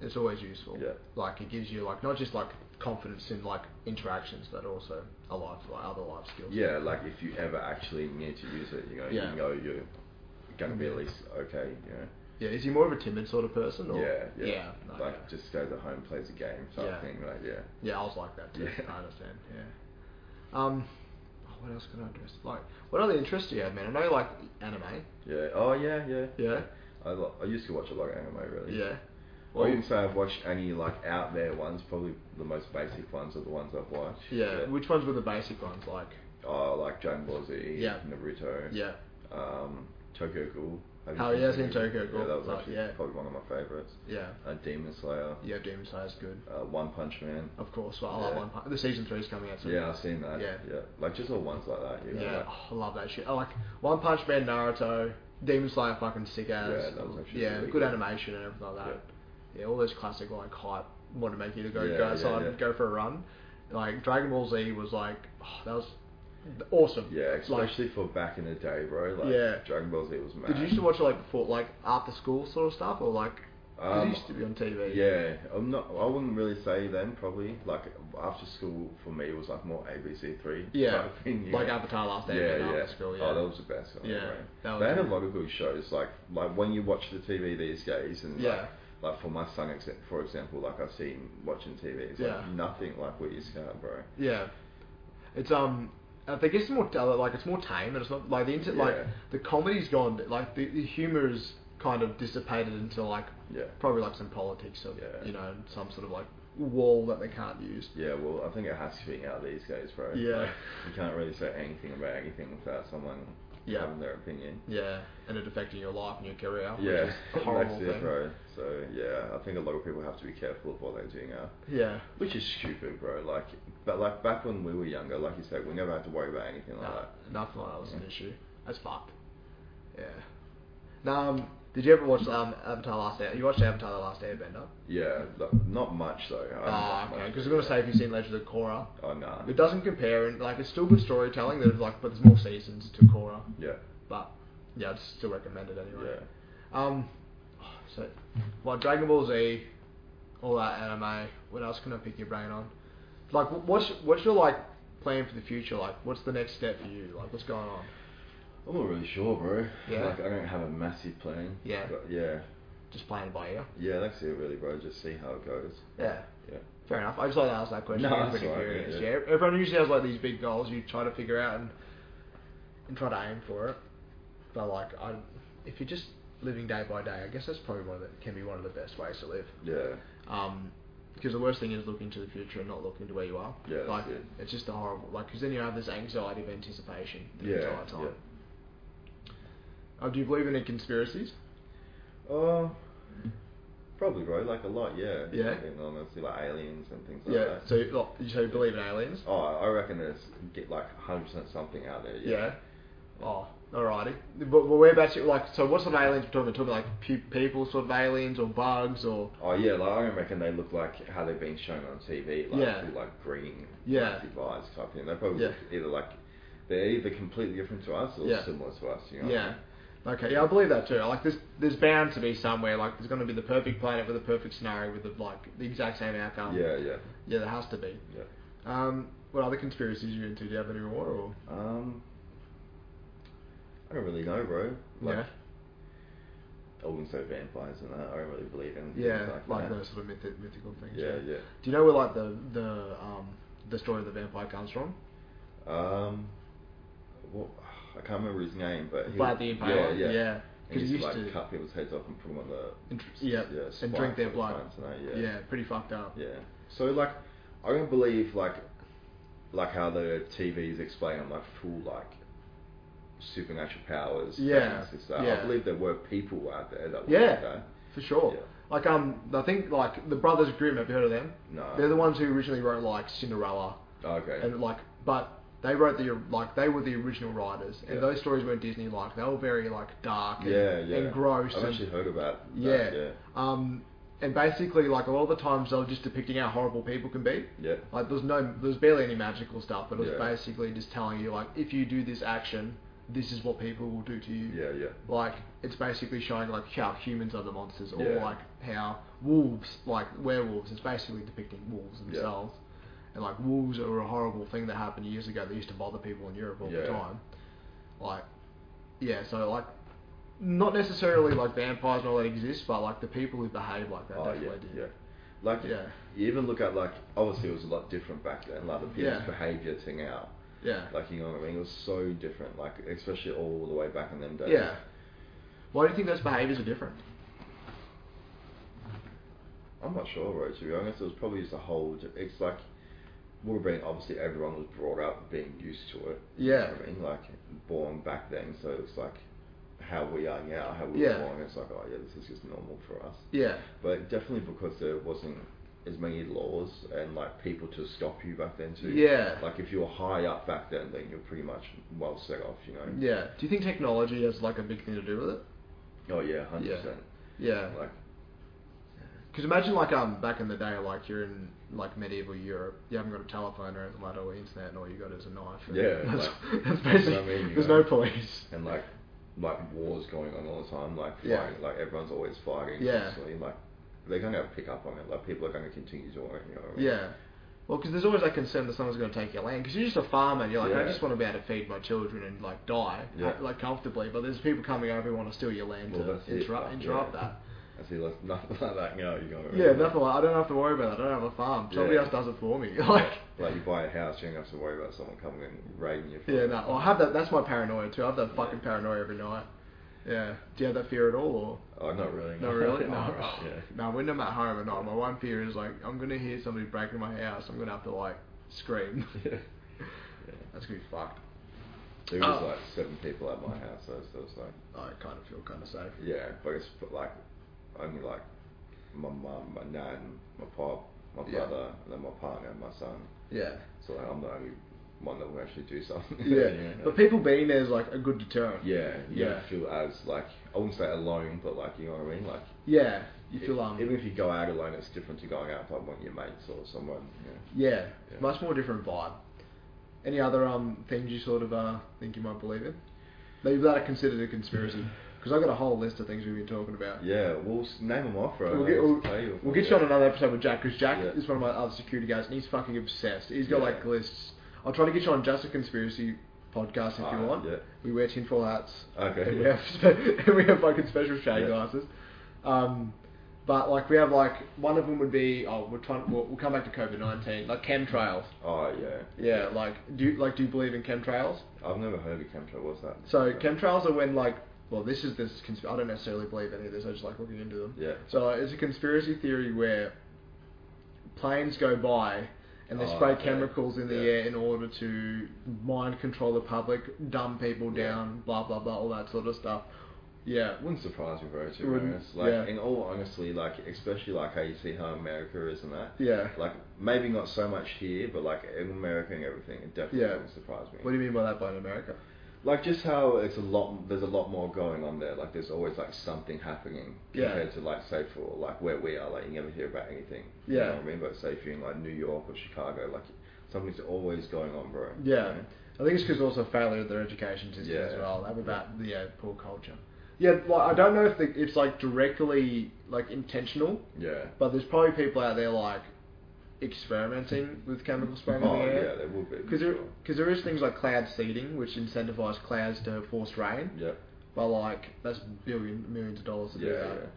A: It's always useful.
B: Yeah.
A: Like it gives you like not just like confidence in like interactions, but also a life like other life skills.
B: Yeah, like if you ever actually need to use it, you know,
A: Yeah.
B: you know you're gonna be at least okay. You know.
A: Yeah. Is he more of a timid sort of person? Or?
B: Yeah, yeah.
A: no,
B: like
A: yeah.
B: just stays at home, plays a game, type
A: Yeah.
B: thing. Like yeah.
A: Yeah, I was like that too.
B: Yeah.
A: I understand. Yeah. Um, oh, what else could I address? Like, what other interests do you have, man? I know you like anime.
B: Yeah. Oh yeah, yeah.
A: Yeah.
B: I, lo- I used to watch a lot of anime, really.
A: Yeah.
B: I wouldn't say I've watched any like out there ones. Probably the most basic ones are the ones I've watched.
A: yeah. Which ones were the basic ones? Like.
B: Oh, like Dragon Ball Z.
A: Yeah.
B: Naruto.
A: Yeah.
B: Um, Tokyo Ghoul. Have
A: Oh, yeah, I've seen Tokyo
B: Yeah,
A: Ghoul.
B: that was
A: Like,
B: actually
A: yeah.
B: probably one of my favorites.
A: Yeah.
B: Uh, Demon Slayer.
A: Yeah, Demon Slayer's good.
B: Uh, One Punch Man.
A: Of course, well, I love
B: Yeah.
A: One Punch. The season three's coming out soon.
B: Yeah, I've seen that.
A: Yeah.
B: yeah. Like just all ones like that. You know,
A: Yeah,
B: like-
A: oh, I love that shit. I like One Punch Man, Naruto, Demon Slayer, fucking sick ass.
B: Yeah, that was actually
A: Yeah,
B: really
A: good
B: good.
A: animation and everything like that. Yeah. all those classic like hype want to make you to go
B: Yeah,
A: go
B: yeah,
A: outside
B: yeah.
A: and go for a run. Like Dragon Ball Z was like oh, that was awesome.
B: yeah,
A: like
B: especially for back in the day, bro. Like
A: Yeah.
B: Dragon Ball Z was mad.
A: did you used to watch it like before, like after school sort of stuff, or like Because
B: Um,
A: he used to be on TV.
B: Yeah, I'm not. I wouldn't really say then. Probably like after school for me was like more ABC three.
A: Yeah,
B: type thing,
A: Like Avatar Last Day
B: yeah,
A: yeah,
B: yeah.
A: after school. Yeah.
B: Oh, that was the best. one,
A: yeah.
B: right.
A: That
B: They
A: was
B: had a
A: good.
B: lot of good shows. Like like when you watch the TV these days, and
A: Yeah.
B: like, like for my son, except for example, like I've seen watching TV, it's
A: Yeah.
B: like nothing like what you got, bro.
A: Yeah. It's um. I think it's more uh, like it's more tame, and it's not like the inter- like
B: Yeah.
A: the comedy's gone. Like the, the humor is kind of dissipated into like
B: Yeah.
A: probably like some politics of
B: Yeah.
A: you know and some sort of like wall that they can't use.
B: Yeah, well, I think it has to be out these days, bro.
A: Yeah.
B: Like, you can't really say anything about anything without someone
A: Yeah.
B: having their opinion.
A: Yeah, and it affecting your life and your career.
B: Yeah,
A: which is a horrible
B: that's it,
A: thing.
B: bro. So yeah, I think a lot of people have to be careful of what they're doing now,
A: Yeah,
B: which is stupid, bro. Like, but like back when we were younger, like you said, we never had to worry about anything like
A: no,
B: that.
A: nothing like that was an
B: Yeah.
A: issue. That's fucked. Yeah. Now, um, did you ever watch um, Avatar Last Air? You watched Avatar: The Last Airbender?
B: Yeah, like, not much though. I haven't
A: Ah,
B: watched
A: okay.
B: much,
A: Because I was gonna
B: yeah.
A: say if you've seen Legend of Korra,
B: Oh nah.
A: it doesn't compare, and like it's still good storytelling. There's like, but there's more seasons to Korra.
B: Yeah,
A: But yeah, I'd still recommend it anyway.
B: yeah.
A: Um, so, well, Dragon Ball Z, all that anime. What else can I pick your brain on? Like, wh- what's what's your like plan for the future? Like, what's the next step for you? Like, what's going on?
B: I'm not really sure, bro.
A: Yeah.
B: Like I don't have a massive plan.
A: Yeah.
B: But yeah,
A: Just playing it by ear.
B: yeah. That's it, really, bro. Just see how it goes.
A: Yeah.
B: Yeah.
A: Fair enough. I just like to ask that question.
B: No,
A: I'm
B: that's
A: pretty
B: all right,
A: curious.
B: yeah,
A: Yeah. Everyone usually has like these big goals you try to figure out and and try to aim for it. But like, I if you're just living day by day, I guess that's probably one of the can be one of the best ways to live.
B: Yeah.
A: Um, because the worst thing is looking to the future and not looking to where you are.
B: Yeah, that's
A: like
B: it.
A: it's just a horrible. Like, because then you have this anxiety of anticipation the
B: Yeah,
A: entire time. Uh, do you believe in any conspiracies?
B: Uh, probably, bro. Like a lot, yeah.
A: Yeah.
B: Like, honestly, like aliens and things like
A: yeah.
B: that.
A: So, like, you oh, so you believe in aliens?
B: Oh, I reckon there's get like 100% something out there. Yeah.
A: Yeah. Oh, alrighty. But, but we're actually like, so what sort of aliens we're talking about? Talking like pe- people sort of aliens or bugs or
B: Oh yeah, like I reckon they look like how they've been shown on TV, like
A: Yeah.
B: with, like green,
A: Yeah.
B: massive eyes type thing. They probably
A: Yeah.
B: look either like they're either completely different to us or
A: Yeah.
B: similar to us. You know? what I
A: yeah.
B: mean?
A: Okay, yeah, I believe that too. Like, there's there's bound to be somewhere. Like, there's going to be the perfect planet with the perfect scenario with the like the exact same outcome.
B: Yeah, yeah,
A: Yeah, there has to be.
B: yeah.
A: Um, what other conspiracies are you into? Do you have any more? Or
B: Um, I don't really know, bro. Like,
A: Yeah.
B: I wouldn't say vampires and that. I don't really believe in. things
A: yeah,
B: like,
A: like
B: that.
A: those sort of mythi- mythical things.
B: Yeah, yeah.
A: Do you know where like the the um the story of the vampire comes from?
B: Um, well, I can't remember his name, but he
A: Vlad
B: was-
A: the Impaler.
B: Yeah, yeah.
A: yeah.
B: And
A: Because
B: he
A: he
B: used
A: used
B: to like
A: to
B: cut people's heads off and put them on the
A: And tr- yeah, and
B: spikes
A: drink their
B: on the
A: blood.
B: fronts and that,
A: Yeah.
B: yeah,
A: pretty fucked up.
B: yeah. So like, I don't believe like, like how the TVs explain like full like supernatural powers. that
A: Yeah,
B: and stuff. I
A: yeah.
B: believe there were people out there that were
A: Yeah,
B: like that.
A: for sure.
B: Yeah.
A: Like um, I think like the Brothers Grimm. Have you heard of them?
B: No.
A: They're the ones who originally wrote like Cinderella
B: Uh. Okay.
A: and like, but they wrote the like they were the original writers, and
B: Yeah.
A: those stories weren't Disney like. They were very like dark and,
B: yeah, yeah.
A: and gross.
B: I've
A: and,
B: actually heard about.
A: yeah.
B: That, yeah.
A: Um, and basically like a lot of the times they were just depicting how horrible people can be.
B: Yeah.
A: Like there's no there's barely any magical stuff, but it was
B: Yeah.
A: basically just telling you like if you do this action, this is what people will do to you.
B: Yeah. Yeah.
A: like it's basically showing like how humans are the monsters or
B: Yeah.
A: like how wolves like werewolves it's basically depicting wolves
B: Yeah.
A: themselves and like wolves are a horrible thing that happened years ago that used to bother people in europe all
B: Yeah.
A: the time like yeah so like not necessarily like vampires and all that exists but like the people who behave like that
B: Oh, yeah,
A: definitely
B: yeah. Like,
A: Yeah.
B: you even look at, like, obviously it was a lot different back then, like, the people's
A: Yeah.
B: behaviour to now.
A: do yeah
B: Like, you know what I mean? It was so different, like, especially all the way back in them days.
A: yeah why do you think those behaviors are different
B: I'm not sure, bro, to be honest. It was probably just a whole, di- it's like, would have been, obviously everyone was brought up being used to it. You know
A: Yeah.
B: what I mean? Like, born back then, so it's like, how we are now, how we
A: Yeah.
B: were born, it's like, oh yeah, this is just normal for us.
A: yeah
B: But definitely because there wasn't as many laws and like people to stop you back then too.
A: Yeah.
B: Like if you were high up back then, then you're pretty much well set off, you know.
A: yeah do you think technology has like a big thing to do with it
B: Oh yeah, hundred
A: Yeah.
B: percent.
A: yeah
B: Like
A: Because imagine like um back in the day, like you're in like medieval Europe, you haven't got a telephone or anything like that, or internet, and all you got is a knife. and
B: Yeah,
A: that's, that's
B: like, that's what I
A: basically
B: mean, you
A: there's
B: know.
A: no police.
B: and like like wars going on all the time, like
A: Yeah.
B: fighting, like everyone's always fighting
A: Yeah.
B: constantly, like they're going to pick up on it. Like people are going to continue doing it. You know what I mean?
A: Yeah. Well, because there's always that concern that someone's going to take your land. Because you're just a farmer, and you're like, I
B: Yeah.
A: just want to be able to feed my children and like die,
B: Yeah.
A: like comfortably. But there's people coming over who want to steal your land
B: Well, that's
A: to
B: it,
A: interrupt
B: like,
A: interrupt
B: yeah.
A: that.
B: I see. Like nothing like that. You know. You know what I mean?
A: Yeah, nothing. Like, I don't have to worry about that. I don't have a farm. Somebody
B: Yeah.
A: else does it for me. Like,
B: Like you buy a house, you don't have to worry about someone coming and raiding you.
A: yeah, no. Or I have that. That's my paranoia too. I have that
B: Yeah.
A: fucking paranoia every night. Yeah. Do you have that fear at all? Or
B: Oh, not really.
A: No, really? No.
B: Alright, yeah.
A: No, when I'm at home at night, my one fear is like I'm gonna hear somebody breaking my house. I'm gonna have to like scream.
B: yeah.
A: That's gonna be fucked.
B: There was
A: Oh.
B: like seven people at my house, so it was like,
A: I kind of feel kind of safe.
B: yeah, but it's like only like my mum, my nan, my pop, my
A: Yeah.
B: brother, and then my partner, and my son.
A: Yeah.
B: So like, I'm the only one that will actually do something.
A: Yeah. But people being there is like a good deterrent.
B: Yeah, you
A: Yeah.
B: don't feel as like I wouldn't say alone, but like you know what I mean. Like
A: Yeah. You
B: if-
A: feel um.
B: even if you go out alone, it's different to going out with like one of your mates or someone. Yeah.
A: yeah,
B: Yeah.
A: Much more different vibe. Any other um things you sort of uh think you might believe in? That you've that are considered a conspiracy? Because I got a whole list of things we've been talking about.
B: Yeah, we'll s- name them off, bro.
A: We'll get, we'll,
B: Tell you
A: we'll
B: if-
A: get you on another episode with Jack because Jack
B: Yeah.
A: is one of my other security guys and he's fucking obsessed. He's got
B: Yeah.
A: like lists. I'll try to get you on just a conspiracy podcast if you
B: Alright,
A: want.
B: yeah.
A: We wear tinfoil hats.
B: Okay.
A: And we have spe- and we have fucking special shade
B: Yeah.
A: glasses. Um, but like we have like one of them would be oh we're trying we'll, we'll come back to COVID nineteen like chemtrails.
B: Oh yeah.
A: Yeah, like do you like do you believe in chemtrails?
B: I've never heard of chemtrail. What's that?
A: So chemtrails are when like well this is this consp- I don't necessarily believe any of this I just like looking into them.
B: Yeah.
A: So uh, it's a conspiracy theory where planes go by and they
B: Oh,
A: spray
B: okay.
A: chemicals in the
B: Yeah.
A: air in order to mind control the public, dumb people
B: Yeah.
A: down, blah blah blah, all that sort of stuff. Yeah.
B: It wouldn't surprise me very
A: It
B: too
A: wouldn't,
B: honest. Like
A: yeah.
B: in all honestly, like especially like how you see how America is and that.
A: Yeah.
B: Like maybe not so much here, but like in America and everything, it definitely
A: Yeah.
B: wouldn't surprise me.
A: What do you mean by that by in America?
B: Like just how it's a lot. There's a lot more going on there. Like there's always like something happening
A: Yeah.
B: compared to like say for like where we are. Like you never hear about anything. You
A: Yeah.
B: know what I mean, but say if you're in like New York or Chicago, like something's always going on, bro. you
A: Yeah.
B: know?
A: I think it's because also failure of their education system
B: Yeah.
A: as well. That about the yeah, poor culture. Yeah, like, I don't know if the, it's like directly like intentional,
B: Yeah.
A: but there's probably people out there like experimenting with chemical spraying in
B: Oh
A: the air.
B: yeah, there will be.
A: Because there, cause there is things like cloud seeding, which incentivise clouds to force rain,
B: Yep.
A: but like that's billion millions of dollars to
B: Yeah.
A: do
B: Yeah.
A: that.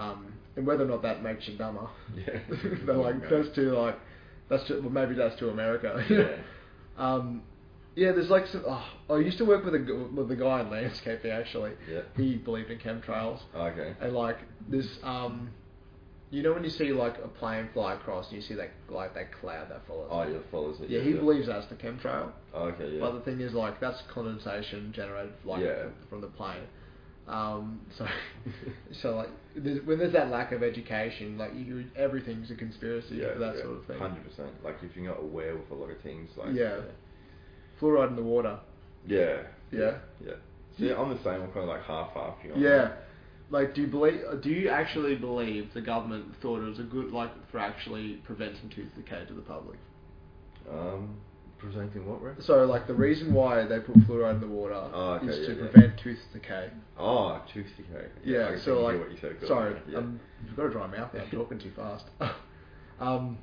A: Um, and whether or not that makes you dumber,
B: Yeah.
A: but like
B: Okay.
A: that's too like that's too, well, maybe that's too America.
B: Yeah.
A: um, yeah, there's like some, oh, I used to work with a g- with a guy in landscaping actually.
B: Yeah.
A: He believed in chemtrails.
B: Oh, Okay.
A: And like this, um, you know when you see like a plane fly across and you see that like that cloud that follows.
B: Oh,
A: it?
B: yeah, follows it.
A: Yeah, he believes that's the chemtrail.
B: Oh, okay, yeah.
A: But the thing is, like, that's condensation generated, like,
B: Yeah.
A: from the plane. Um, so, so like, there's, when there's that lack of education, like, you, everything's a conspiracy for that sort of thing.
B: Hundred percent. Like if you're not aware with a lot of things, like
A: Yeah. Fluoride in the water.
B: yeah,
A: Yeah.
B: yeah. See, I'm the same. I'm kind of like half half. You know what I
A: Yeah. Like, do you believe? Do you actually believe the government thought it was a good, like, for actually preventing tooth decay to the public?
B: mean? Um, presenting what, bro?
A: So, like, the reason why they put fluoride in the water
B: Oh, okay,
A: is to
B: yeah, yeah.
A: prevent tooth decay.
B: Oh, tooth decay.
A: Yeah,
B: I guess
A: so
B: I
A: like,
B: can hear what you said, 'cause
A: sorry,
B: I'm- yeah.
A: um, I've got a dry mouth now. I'm talking too fast. um,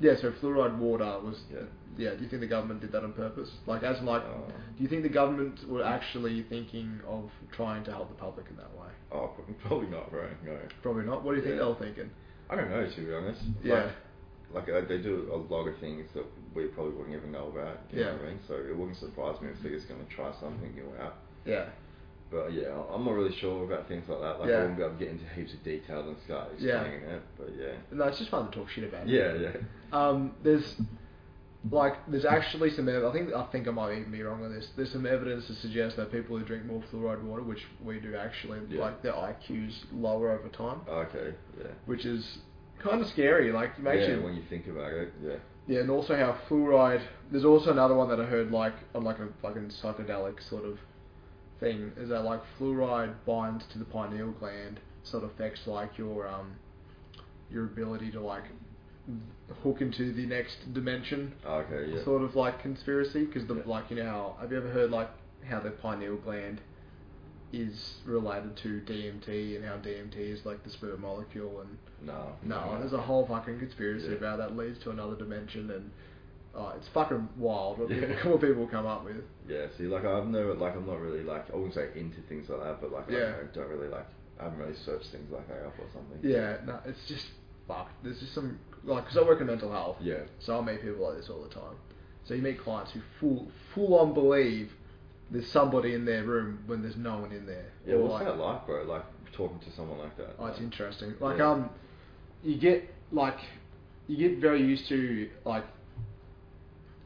A: yeah, so fluoride water was.
B: Yeah.
A: Yeah, do you think the government did that on purpose? Like, as in, like,
B: Oh.
A: do you think the government were actually thinking of trying to help the public in that way?
B: oh, prob- probably not, bro. No,
A: Probably not. What do you think
B: Yeah.
A: they were thinking?
B: I don't know to be honest.
A: Yeah.
B: Like, like uh, they do a lot of things that we probably wouldn't even know about. You
A: Yeah.
B: Know what I mean, so it wouldn't surprise me if they're just gonna try something new out.
A: Yeah.
B: But yeah, I- I'm not really sure about things like that. Like
A: Yeah.
B: I wouldn't be able to get into heaps of detail and start
A: Yeah.
B: explaining it. But yeah,
A: No, it's just fun to talk shit about. it.
B: yeah, yeah.
A: Um, there's like there's actually some ev- I think I think I might even be wrong on this. There's some evidence to suggest that people who drink more fluoride water, which we do actually,
B: Yeah.
A: like their IQs lower over time,
B: Okay, yeah.
A: which is kind of scary. Like it makes
B: yeah,
A: you
B: when you think about it, yeah.
A: yeah, and also how fluoride. There's also another one that I heard like on like a fucking psychedelic sort of thing is that like fluoride binds to the pineal gland, sort of affects like your um your ability to like hook into the next dimension
B: Okay, yeah.
A: sort of like conspiracy because the
B: Yeah.
A: like you know how have you ever heard like how the pineal gland is related to DMT and how DMT is like the spirit molecule and
B: No.
A: no, and there's a whole fucking conspiracy
B: Yeah.
A: about that leads to another dimension and oh, it's fucking wild what,
B: Yeah.
A: people, what people come up with.
B: Yeah, see, like I've never, like I'm not really like I wouldn't say into things like that, but like
A: Yeah.
B: I don't really like I haven't really searched things like that up or something.
A: Yeah, no, it's just fuck. There's just some like because I work in mental health.
B: Yeah.
A: So I meet people like this all the time. So you meet clients who full full on believe there's somebody in their room when there's no one in there.
B: Yeah,
A: Or,
B: what's
A: like,
B: that like, bro? Like talking to someone like that.
A: Oh, it's
B: like-
A: interesting. Like
B: Yeah.
A: um, you get like you get very used to like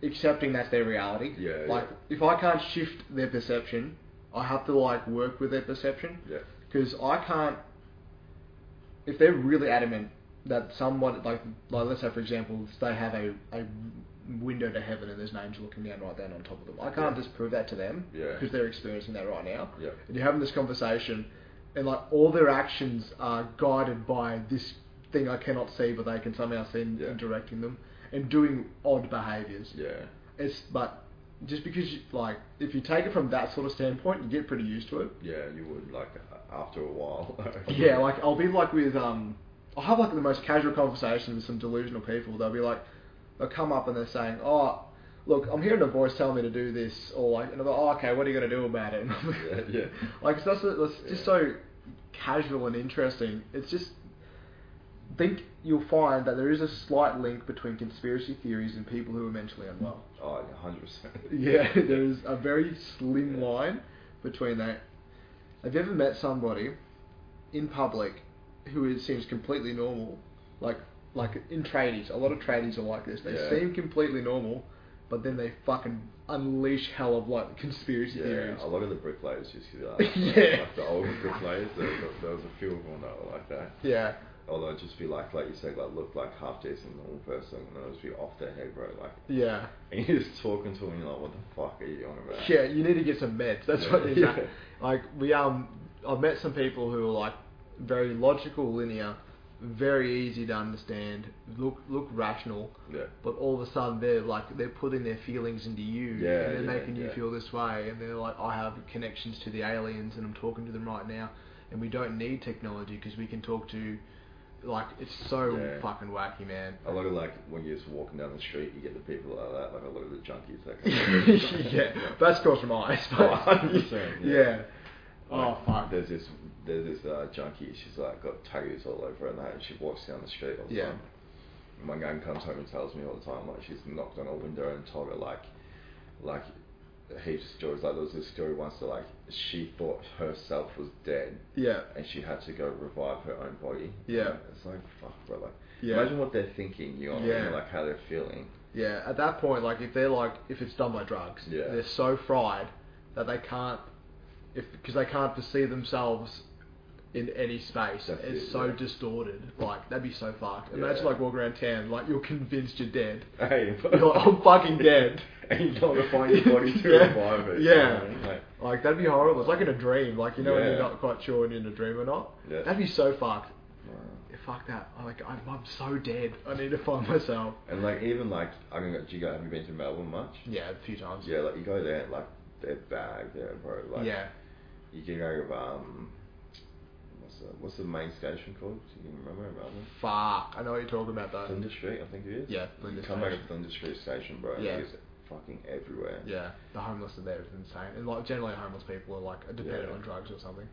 A: accepting that's their reality.
B: Yeah,
A: Like if I can't shift their perception, I have to like work with their perception
B: Yeah.
A: because I can't. If they're really adamant that someone like like let's say for example if they have a a window to heaven and there's an angel looking down right down on top of them, I can't
B: Yeah.
A: disprove that to them
B: Yeah.
A: because they're experiencing that right now
B: Yeah.
A: and you're having this conversation, and like all their actions are guided by this thing I cannot see, but they can somehow see and
B: Yeah.
A: and directing them, and doing odd behaviors.
B: Yeah.
A: It's but just because you, like if you take it from that sort of standpoint, you get pretty used to it.
B: Yeah, you would like after a while.
A: Yeah, like I'll be like with um, I'll have like the most casual conversation with some delusional people. They'll be like, they'll come up and they're saying, oh. Look, I'm hearing a voice telling me to do this, or like, and I'm like, oh, okay, what are you gonna do about it? And I'm like,
B: yeah, yeah.
A: Like so that's that's just
B: Yeah.
A: so casual and interesting. It's just think you'll find that there is a slight link between conspiracy theories and people who are mentally unwell.
B: Oh, yeah, 100%.
A: Yeah, there is a very slim
B: Yeah.
A: line between that. Have you ever met somebody in public who is, seems completely normal? Like like in tradies, a lot of tradies are like this. They
B: Yeah.
A: seem completely normal, but then they fucking unleash hell of like conspiracy
B: Yeah,
A: theories.
B: a lot of the bricklayers used to be like that.
A: Yeah.
B: Like the old bricklayers, there, was a- there was a few of them that were like that.
A: yeah.
B: Although it'd just be like, like you said, like look like half decent normal person, and they'll just be off their head, bro. Like,
A: Yeah.
B: and you're just talking to them, and you're like, what the fuck are you on about?
A: Yeah, you need to get some meds. That's what it is.
B: Yeah.
A: Like we um, I've met some people who are like very logical, linear, very easy to understand, look look rational,
B: Yeah.
A: but all of a sudden they're like they're putting their feelings into you,
B: Yeah,
A: and they're
B: yeah,
A: making you
B: yeah.
A: feel this way, and they're like, I have connections to the aliens, and I'm talking to them right now, and we don't need technology because we can talk to, like it's so
B: Yeah.
A: fucking wacky, man.
B: A lot of like when you're just walking down the street, you get the people like that, like a lot of the junkies. Like,
A: yeah, but that's caused from ice.
B: Oh,
A: But
B: 100%, yeah.
A: yeah. Oh
B: Like,
A: fuck.
B: There's this there's this uh, junkie. She's like got tattoos all over her, and that, and she walks down the street all the
A: Yeah.
B: time. And my gang comes home and tells me all the time like she's knocked on a window and told her like like heaps of stories. Like there was this story once that like she thought herself was dead,
A: Yeah.
B: and she had to go revive her own body.
A: Yeah.
B: It's like fuck, bro. Like
A: Yeah.
B: imagine what they're thinking. You know, what I mean?
A: Yeah.
B: like how they're feeling.
A: Yeah, at that point, like if they're like if it's done by drugs,
B: Yeah.
A: they're so fried that they can't if because they can't perceive themselves in any space.
B: That's
A: it's
B: it,
A: so
B: yeah.
A: distorted. Like that'd be so fucked.
B: Yeah.
A: Imagine like walking around town, like you're convinced you're dead.
B: Hey,
A: You're like, I'm fucking dead.
B: and you don't want to find your body to
A: Yeah.
B: revive it. you
A: Yeah.
B: know what I mean? Like,
A: Like that'd be horrible. It's like in a dream. Like you know when you're
B: Yeah.
A: not quite sure when you're in a dream or not.
B: Yeah.
A: That'd be so fucked.
B: wow.
A: Yeah, Fuck that. I'm like I'm, I'm so dead. I need to find myself.
B: And like even like I mean, do you guys have you been to Melbourne much?
A: Yeah, a few times.
B: Yeah, like you go there like they're bagged there, bro. Like
A: yeah.
B: you can go um, what's the what's the main station called? Do you remember in Melbourne?
A: Fuck. I know what you're talking about though.
B: Flinders Street, I think it is.
A: Uh, Yeah,
B: you
A: Flinders
B: come back
A: Station.
B: to Flinders Street station, bro.
A: Yeah.
B: Yeah, it's fucking everywhere.
A: Yeah, the homeless are there is insane, and like generally homeless people are like dependent
B: Yeah.
A: on drugs or something.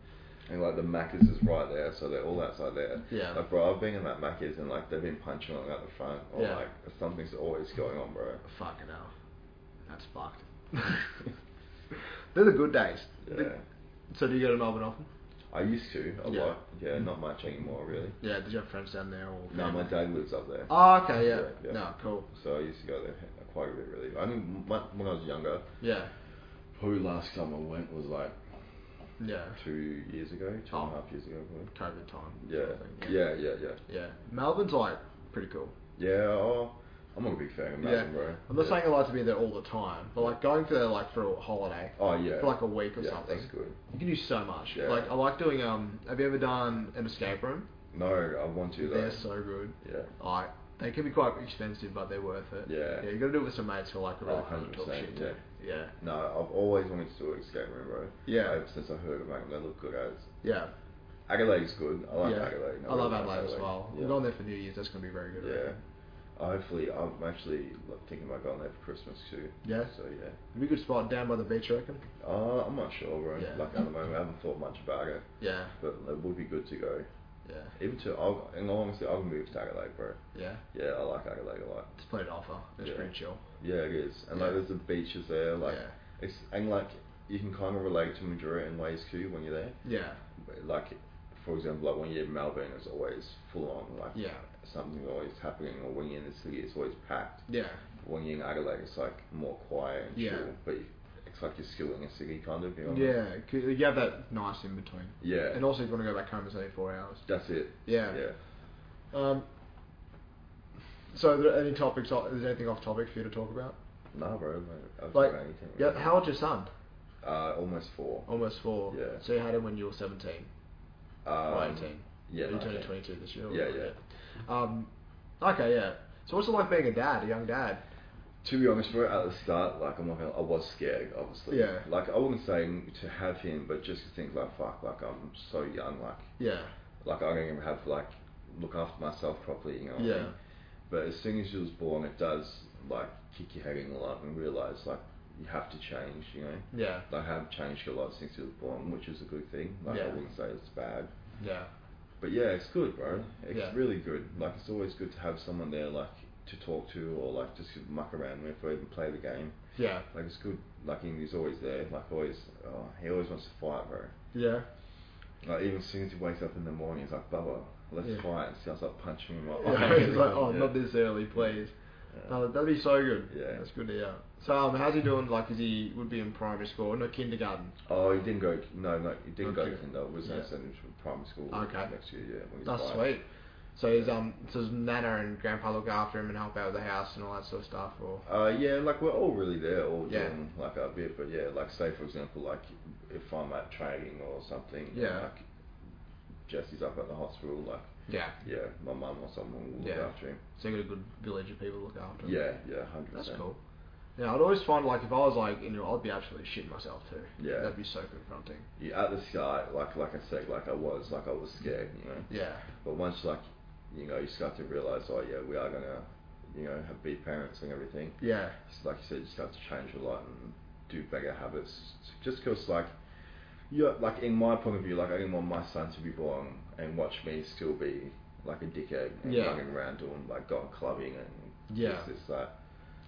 B: And like the Macca's is right there, so they're all outside there.
A: Yeah.
B: Like bro, I've been in that Macca's and like they've been punching on out the front, or
A: Yeah.
B: like something's always going on, bro.
A: Fucking hell, that's fucked. They're the good days.
B: Yeah.
A: So do you go to Melbourne often?
B: I used to a
A: Yeah.
B: lot. Yeah, not much anymore really.
A: Yeah. Did you have friends down there or?
B: No,
A: family?
B: my dad lives up there.
A: Oh, okay. Yeah.
B: Yeah, yeah.
A: No, cool.
B: So I used to go there quite a bit, really. I mean, my, when I was younger,
A: Yeah.
B: probably last time I went was like
A: Yeah.
B: two years ago, two and a half
A: Oh.
B: years ago, probably.
A: COVID time.
B: Yeah,
A: sort of thing,
B: yeah, yeah, yeah.
A: Yeah. Melbourne's like pretty cool.
B: Yeah, oh, I'm not a big fan of
A: Yeah.
B: Melbourne, bro.
A: I'm not
B: yeah.
A: saying I like to be there all the time, but like going there like for a holiday,
B: Oh yeah.
A: for like a week or
B: yeah,
A: something,
B: That's good.
A: you can do so much.
B: Yeah.
A: Like I like doing um. Have you ever done an escape room?
B: No, I want to though.
A: They're so good.
B: Yeah.
A: Like they can be quite expensive, but they're worth it.
B: Yeah.
A: Yeah, you got to do it with some mates who are like
B: Oh,
A: really fun to talk
B: 100%,
A: shit to.
B: yeah.
A: Yeah.
B: No, I've always wanted to do an escape room, bro.
A: Yeah.
B: Like, since I heard about them, they look good guys.
A: Yeah.
B: Adelaide's good. I like
A: Yeah.
B: Adelaide.
A: I love
B: really like
A: Adelaide as well.
B: Yeah.
A: We're going there for New Year's. That's going to be very good. I
B: Yeah.
A: reckon.
B: Hopefully, I'm actually like, thinking about going there for Christmas too.
A: Yeah.
B: So yeah.
A: It'd be a good spot down by the beach, I reckon.
B: Uh, I'm not sure, bro.
A: Yeah.
B: Like at the moment, I haven't thought much about it,
A: Yeah.
B: but it would be good to go.
A: Yeah.
B: Even to, I'll, and honestly, I'll move to Adelaide, bro.
A: Yeah.
B: Yeah, I like Adelaide a lot.
A: Just put it off. huh? It's
B: Yeah.
A: pretty chill.
B: Yeah, it is. And like,
A: Yeah.
B: there's the beaches there. Like,
A: Yeah.
B: it's and like you can kind of relate to Mildura in ways too when you're there.
A: Yeah.
B: Like, for example, like when you're in Melbourne, it's always full on. Like,
A: Yeah.
B: something's always happening. Or when you're in the city, it's always packed.
A: Yeah.
B: When you're in Adelaide, it's like more quiet and
A: Yeah.
B: chill. But you- it's like you're still in a city, kind of. You know what I mean?
A: Yeah. 'cause You have that nice in between.
B: Yeah.
A: And also, if you want to go back home, it's only four hours.
B: That's it.
A: Yeah.
B: Yeah.
A: Um. So, are there any topics? o- Is there anything off topic for you to talk about?
B: Nah, bro. Like, I don't
A: Like,
B: know anything.
A: yeah.
B: really.
A: How old's your son? Oh,
B: Uh, almost four.
A: Almost four.
B: Yeah.
A: So you had him when you were seventeen or
B: Um,
A: eighteen.
B: Yeah.
A: You
B: okay.
A: turned twenty-two this year. or
B: Yeah,
A: whatever. Um. Okay. Yeah. So what's it like being a dad, a young dad?
B: To be honest, bro, at the start, like I'm not gonna, I was scared, obviously.
A: Yeah.
B: Like I wouldn't say to have him, but just to think like, fuck, like I'm so young, like,
A: Yeah.
B: like I'm gonna have like look after myself properly, you know. what I
A: Yeah.
B: mean? But as soon as she was born, it does like kick your head in a lot and realize like you have to change, you know.
A: Yeah.
B: Like, I have changed a lot since she was born, which is a good thing. Like I
A: Yeah.
B: wouldn't say it's bad.
A: Yeah.
B: But yeah, it's good, bro. It's
A: Yeah.
B: really good. Like it's always good to have someone there, like to talk to or like just to muck around with or even play the game.
A: Yeah.
B: Like it's good. Like he- he's always there. Like always, oh, he always wants to fight, bro.
A: Yeah.
B: Like even as soon as he wakes up in the morning, he's like, Bubba, let's
A: Yeah.
B: fight. And starts like punching him. Like,
A: Yeah, He's like, oh,
B: yeah.
A: not this early, please.
B: Yeah.
A: No, that'd be so good.
B: Yeah.
A: That's good to hear. So, um, how's he doing? Like, is he would be in primary school, no kindergarten?
B: Oh, he didn't go. No, no, he didn't go
A: Okay.
B: to kinder. We was going
A: Yeah.
B: to send him to primary school
A: Okay.
B: next year. Yeah, when he's
A: That's
B: five.
A: sweet. So his
B: Yeah.
A: um, so his nana and grandpa look after him and help out with the house and all that sort of stuff. Or
B: Uh, yeah, like we're all really there, all
A: Yeah.
B: doing like a bit, but yeah, like say for example, like if I'm at training or something, and,
A: Yeah.
B: like Jesse's up at the hospital, like
A: yeah,
B: yeah, my mum or someone will
A: Yeah.
B: look after him.
A: so you got a good village of people to look after. him.
B: Yeah, yeah, hundred
A: That's
B: percent.
A: cool. Yeah, I'd always find like if I was like in your, I'd be absolutely shitting myself too.
B: Yeah.
A: That'd be so confronting.
B: Yeah, at the start, like like I said, like I was, like I was scared, you know.
A: Yeah.
B: But once like, you know, you start to realise, oh yeah, we are gonna, you know, have be parents and everything.
A: Yeah.
B: So, like you said, you start to change a lot and do better habits. Just because, like, yeah, like in my point of view, like I didn't want my son to be born and watch me still be like a dickhead and
A: Yeah.
B: running around doing like going clubbing and
A: Yeah.
B: this, this that.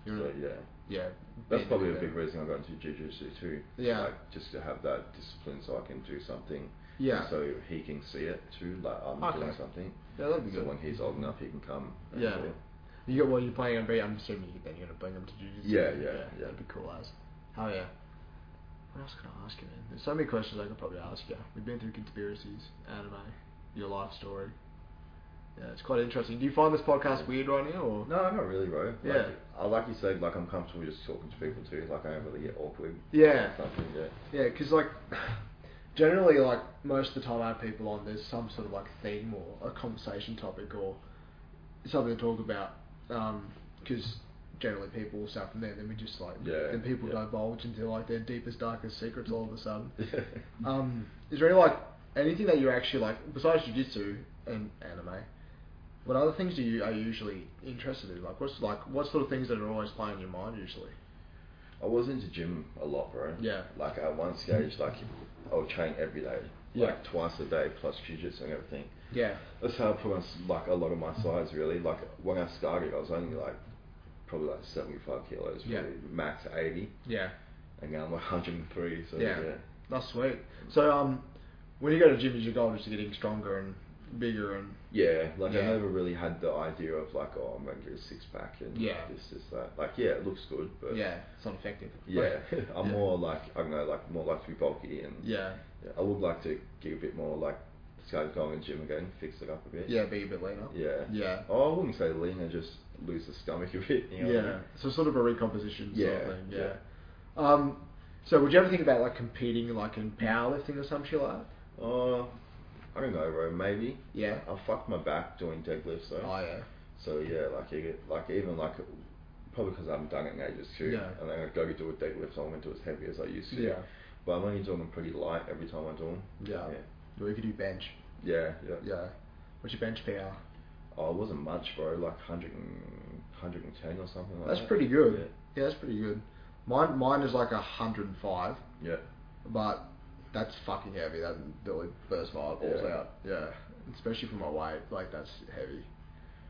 A: You're
B: so
A: right.
B: yeah,
A: Yeah.
B: that's
A: Being
B: probably a
A: there.
B: big reason I got into jujitsu too.
A: Yeah.
B: like just to have that discipline so I can do something.
A: Yeah.
B: So he can see it too, like I'm
A: Okay.
B: doing something.
A: Yeah, that'd be
B: So
A: good.
B: when he's old enough, he can come. and
A: Yeah.
B: do it.
A: You got well. You're playing on beat. I'm assuming you, then you're gonna bring them to jujitsu.
B: Yeah, yeah, yeah.
A: That'd be cool as. Hell yeah. What else can I ask you, man? There's so many questions I could probably ask you. We've been through conspiracies, anime, your life story. Yeah, it's quite interesting. Do you find this podcast weird right now, or
B: No, not really, bro. Like,
A: Yeah.
B: I like you said, like I'm comfortable just talking to people too. Like I don't really get awkward.
A: Yeah.
B: Or something. Yeah.
A: Yeah, because like generally, like most of the time I have people on, there's some sort of like theme or a conversation topic or something to talk about. Because generally people will start from there, then we just like
B: Yeah,
A: then people
B: yeah.
A: divulge into like their deepest darkest secrets all of a sudden.
B: Yeah.
A: Um, is there any like anything that you actually like besides jujitsu and anime? What other things do you are you usually interested in? Like what's like what sort of things that are always playing in your mind usually?
B: I was into gym a lot, bro.
A: Yeah.
B: Like at one stage, like I would train every day,
A: Yeah.
B: like twice a day plus jiu-jitsu and everything.
A: Yeah.
B: That's how I put on like a lot of my size really. Like when I started, I was only like probably like 75 kilos,
A: Yeah.
B: really, max 80,
A: Yeah.
B: and now I'm like 103. So
A: Yeah.
B: yeah.
A: That's sweet. So, um, when you go to gym, is your goal just getting stronger and bigger and
B: Yeah, like I
A: Yeah.
B: never really had the idea of like, oh, I'm gonna get a six pack and
A: Yeah.
B: this, this, that. Like, yeah, it looks good, but
A: yeah, it's not effective.
B: yeah, I'm
A: uh, Yeah.
B: more like I don't know, like more like to be bulky and
A: Yeah,
B: yeah, I would like to get a bit more like start going to the gym again, fix it up a bit.
A: yeah, be a bit leaner.
B: Yeah.
A: Yeah,
B: Oh, I wouldn't say leaner, just lose the stomach a bit. You know what I
A: yeah. So sort of a recomposition sort
B: Yeah,
A: of thing. Yeah. Um, so would you ever think about like competing like in powerlifting or some shit like that?
B: mean? Oh, I don't know, bro. Maybe.
A: Yeah.
B: I, I fucked my back doing deadlifts though.
A: Oh yeah.
B: So yeah, like you get, like e, even like probably because I haven't done it in ages too.
A: Yeah.
B: And then I go do a deadlift, I won't do as heavy as I used to.
A: Yeah.
B: But I'm only doing them pretty light every time I do them.
A: Yeah. Or you could do bench.
B: Yeah, yeah.
A: Yeah. What's your bench PR?
B: Oh, it wasn't much, bro. Like 100 and, 110 or something like
A: That's
B: that.
A: pretty good. Yeah, that's pretty good. Mine mine is like a hundred and five,
B: Yeah. yeah.
A: but that's fucking heavy. That really bursts my eyeballs
B: Yeah.
A: out. Yeah. Especially for my weight, like that's heavy.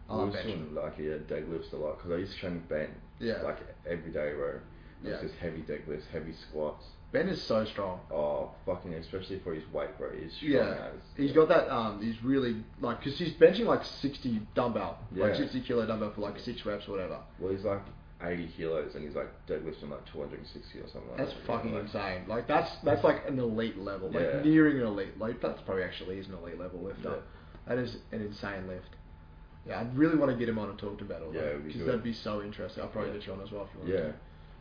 A: I
B: I
A: love
B: was
A: bench.
B: doing like yeah deadlifts a lot because I used to train Ben
A: Yeah.
B: like every day bro. It
A: Yeah.
B: was just heavy deadlifts, heavy squats.
A: Ben is so strong.
B: Oh fucking, especially for his weight, bro. He's strong
A: Yeah,
B: as.
A: he's got that. Um, he's really like because he's benching like sixty dumbbell, like
B: Yeah.
A: sixty kilo dumbbell for like six reps or whatever.
B: Well, he's like 80 kilos and he's like deadlifting like 260 or something. like
A: That's
B: that, you know,
A: fucking
B: like,
A: insane. Like that's that's like an elite level, like
B: Yeah.
A: nearing an elite. Like that's probably actually is an elite level lifter.
B: Yeah.
A: That is an insane lift. Yeah, I'd really want to get him on and talk to him about all
B: Yeah,
A: that
B: it'd be
A: because
B: good.
A: that'd be so interesting. I'll probably
B: Yeah.
A: get you on as well if you want.
B: Yeah.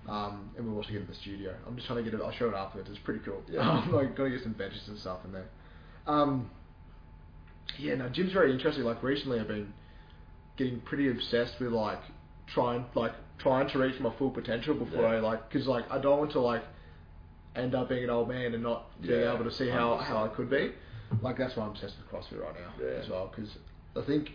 A: To. Um, and we'll also get him the studio. I'm just trying to get it. I'll show it afterwards. It's pretty cool.
B: Yeah.
A: Um, like gotta get some benches and stuff in there. Um, yeah, no, gym's very interesting. Like recently, I've been getting pretty obsessed with like trying like trying to reach my full potential before
B: Yeah.
A: I like because like I don't want to like end up being an old man and not being
B: Yeah,
A: able to see how, how I
B: 100%.
A: could be. Like that's why I'm obsessed with CrossFit right now
B: Yeah.
A: as well because I think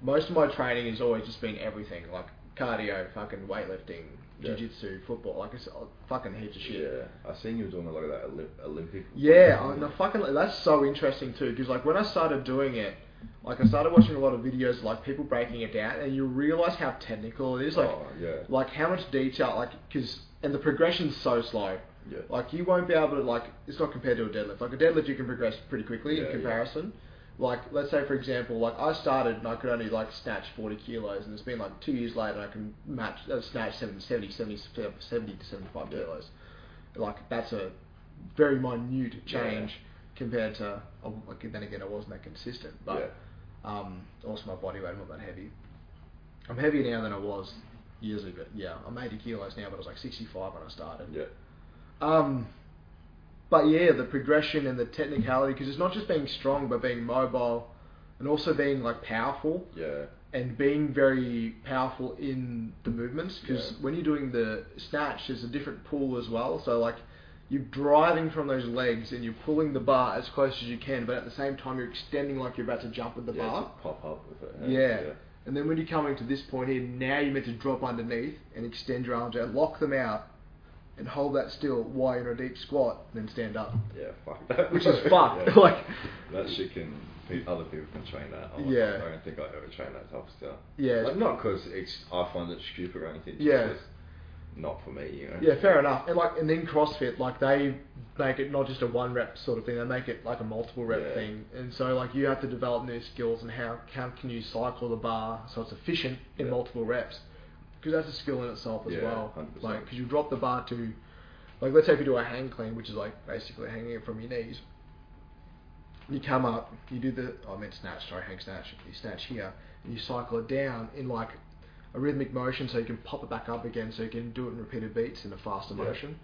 A: most of my training has always just been everything like cardio, fucking weightlifting,
B: Yeah.
A: jiu-jitsu, football, like it's uh, fucking heaps of shit.
B: Yeah, I seen you doing a lot of that Olymp- Olympic.
A: Yeah, I mean, the fucking that's so interesting too. Because like when I started doing it, like I started watching a lot of videos of, like people breaking it down, and you realize how technical it is. Like,
B: Oh, yeah.
A: like how much detail, like because and the progression's so slow.
B: Yeah.
A: Like you won't be able to like it's not compared to a deadlift. Like a deadlift you can progress pretty quickly
B: Yeah,
A: in
B: yeah.
A: comparison. Like let's say for example, like I started and I could only like snatch 40 kilos, and it's been like two years later I can match uh, snatch 70, 70, 70 to 75
B: Yeah.
A: kilos. Like that's a very minute change compared to. oh, Like, then again, I wasn't that consistent, but um, also my body weight. I'm not that heavy. I'm heavier now than I was years ago. Yeah, I'm 80 kilos now, but I was like 65 when I started.
B: yeah,
A: Um, but yeah, the progression and the technicality, because it's not just being strong, but being mobile, and also being like powerful
B: yeah, yeah,
A: and being very powerful in the movements. Because
B: Yeah.
A: when you're doing the snatch, there's a different pull as well. So like. You're driving from those legs and you're pulling the bar as close as you can, but at the same time you're extending like you're about to jump with the
B: yeah,
A: bar.
B: just Pop up with it.
A: Yeah. And then when you're coming to this point here, now you're meant to drop underneath and extend your arms out, lock them out, and hold that still while you're in a deep squat, and then stand up.
B: yeah, yeah, fuck that.
A: Which is
B: bro.
A: fucked.
B: Yeah.
A: like,
B: That shit can. pe- Other people can train that. I'm like,
A: Yeah.
B: I don't think I ever train that type of stuff.
A: Yeah.
B: Like, not because I find it stupid or anything. just
A: Yeah.
B: 'cause Not for me, you know.
A: yeah, fair enough. And like, and then CrossFit, like they make it not just a one rep sort of thing; they make it like a multiple rep
B: Yeah.
A: thing. And so, like, you have to develop new skills and how how can you cycle the bar so it's efficient in
B: Yeah.
A: multiple reps, because that's a skill in itself as
B: Yeah,
A: well.
B: 100%.
A: Like, because you drop the bar to, like, let's say if you do a hang clean, which is like basically hanging it from your knees. you come up, you do the oh, I meant snatch, sorry, hang snatch. You snatch here, and you cycle it down in like a rhythmic motion, so you can pop it back up again, so you can do it in repeated beats in a faster
B: Yeah.
A: motion,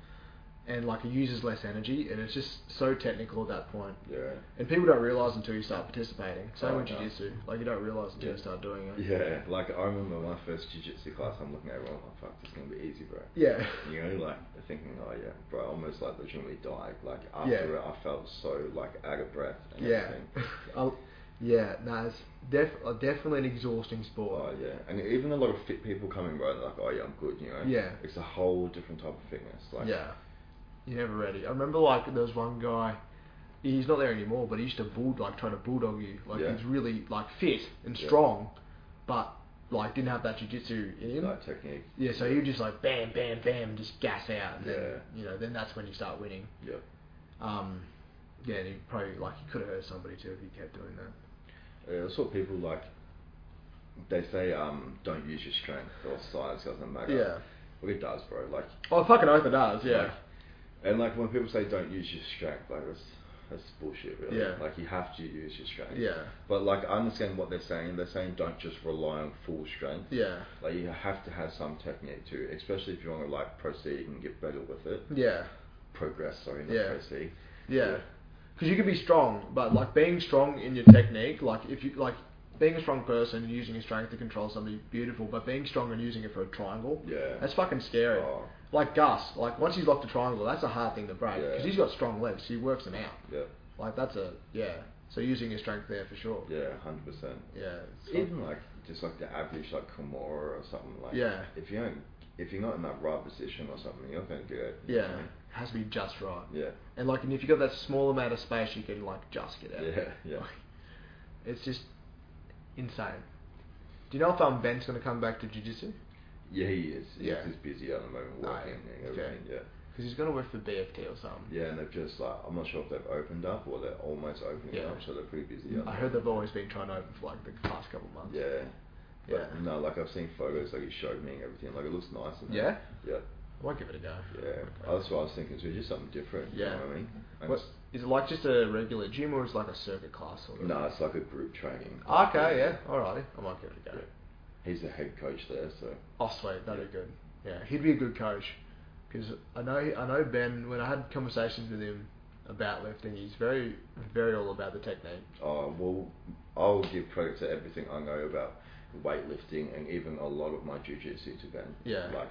A: and like it uses less energy, and it's just so technical at that point.
B: Yeah.
A: And people don't realize until you start participating. Same
B: Oh,
A: with
B: no.
A: jiu-jitsu, like you don't realize until
B: Yeah.
A: you start doing it.
B: Yeah, like I remember my first jiu-jitsu class, I'm looking at everyone like, fuck, this is gonna be easy, bro.
A: Yeah.
B: You know, like thinking, oh yeah, bro, I almost like legitimately died. Like after
A: Yeah.
B: it, I felt so like out of breath and
A: Yeah.
B: everything.
A: I'll- yeah, no, it's def- uh, definitely an exhausting
B: Oh
A: sport.
B: yeah, and even a lot of fit people coming, bro, they're like, oh yeah, I'm good, you know.
A: Yeah.
B: It's a whole different type of fitness. Like
A: yeah. You're never ready. I remember like there was one guy, he's not there anymore, but he used to bull like try to bulldog you. Like
B: Yeah.
A: he's really like fit and
B: Yeah.
A: strong, but like didn't have that jujitsu in him.
B: Like technique.
A: yeah, so he would just like bam, bam, bam, just gas out, and then
B: Yeah.
A: you know then that's when you start winning.
B: Yeah.
A: Um, yeah, and he probably like he could have hurt somebody too if he kept doing that.
B: Yeah, that's what people like. They say, um, don't use your strength or size doesn't matter.
A: Yeah.
B: Well, it does, bro. Like
A: Oh, fucking oath it does, yeah.
B: Like, and like when people say don't use your strength, like that's that's bullshit, really.
A: Yeah.
B: Like you have to use your strength.
A: Yeah.
B: But like I understand what they're saying. They're saying don't just rely on full strength.
A: yeah,
B: Like you have to have some technique too, especially if you want to like proceed and get better with it.
A: yeah,
B: Progress, sorry, not
A: Yeah.
B: proceed.
A: yeah.
B: Yeah.
A: Because you can be strong, but like being strong in your technique, like if you like being a strong person and using your strength to control somebody beautiful, but being strong and using it for a triangle,
B: Yeah.
A: that's fucking scary.
B: Oh,
A: Like Gus, like once he's locked a triangle, that's a hard thing to break
B: Yeah.
A: because he's got strong legs. He works them out.
B: yeah.
A: Like that's a yeah. So using your strength there for sure.
B: Yeah. Hundred percent.
A: Yeah. so-
B: Even like just like the average like Kimura or something like.
A: Yeah.
B: If you don't, if you're not in that right position or something, you're not gonna do it. you know what
A: yeah.
B: I mean?
A: Has to be just right.
B: Yeah.
A: And like, and if you got that small amount of space, you can like just get out.
B: Yeah. Yeah.
A: It's just insane. Do you know if um, Ben's gonna come back to jiu-jitsu?
B: Yeah, he is. He's
A: Yeah.
B: just busy at the moment
A: Oh,
B: working
A: yeah.
B: and everything. Yeah.
A: Because he's gonna work for BFT or something.
B: Yeah, and they've just like I'm not sure if they've opened up or they're almost opening
A: Yeah.
B: up, so they're pretty busy. at the
A: I heard
B: moment.
A: they've always been trying to open for like the past couple of months.
B: Yeah. But
A: Yeah.
B: No, like I've seen photos, like he showed me and everything. Like it looks nice. And
A: Yeah?
B: Yeah.
A: I might give it a go.
B: Yeah. Oh, That's what I was thinking. So it's just something different. You
A: Yeah.
B: know what I mean? And
A: What, is it like just a regular gym or is it like a circuit class or?
B: it's- No, it's like a group training.
A: Okay, yeah, alrighty. I might give it a go.
B: Yeah. He's the head coach there, so
A: Oh, sweet, that'd
B: Yeah.
A: be good. Yeah, he'd be a good coach because I know I know Ben. When I had conversations with him about lifting, he's very very all about the technique.
B: uh, well, I'll give credit to everything I know about weightlifting and even a lot of my jujitsu to Ben.
A: Yeah.
B: Like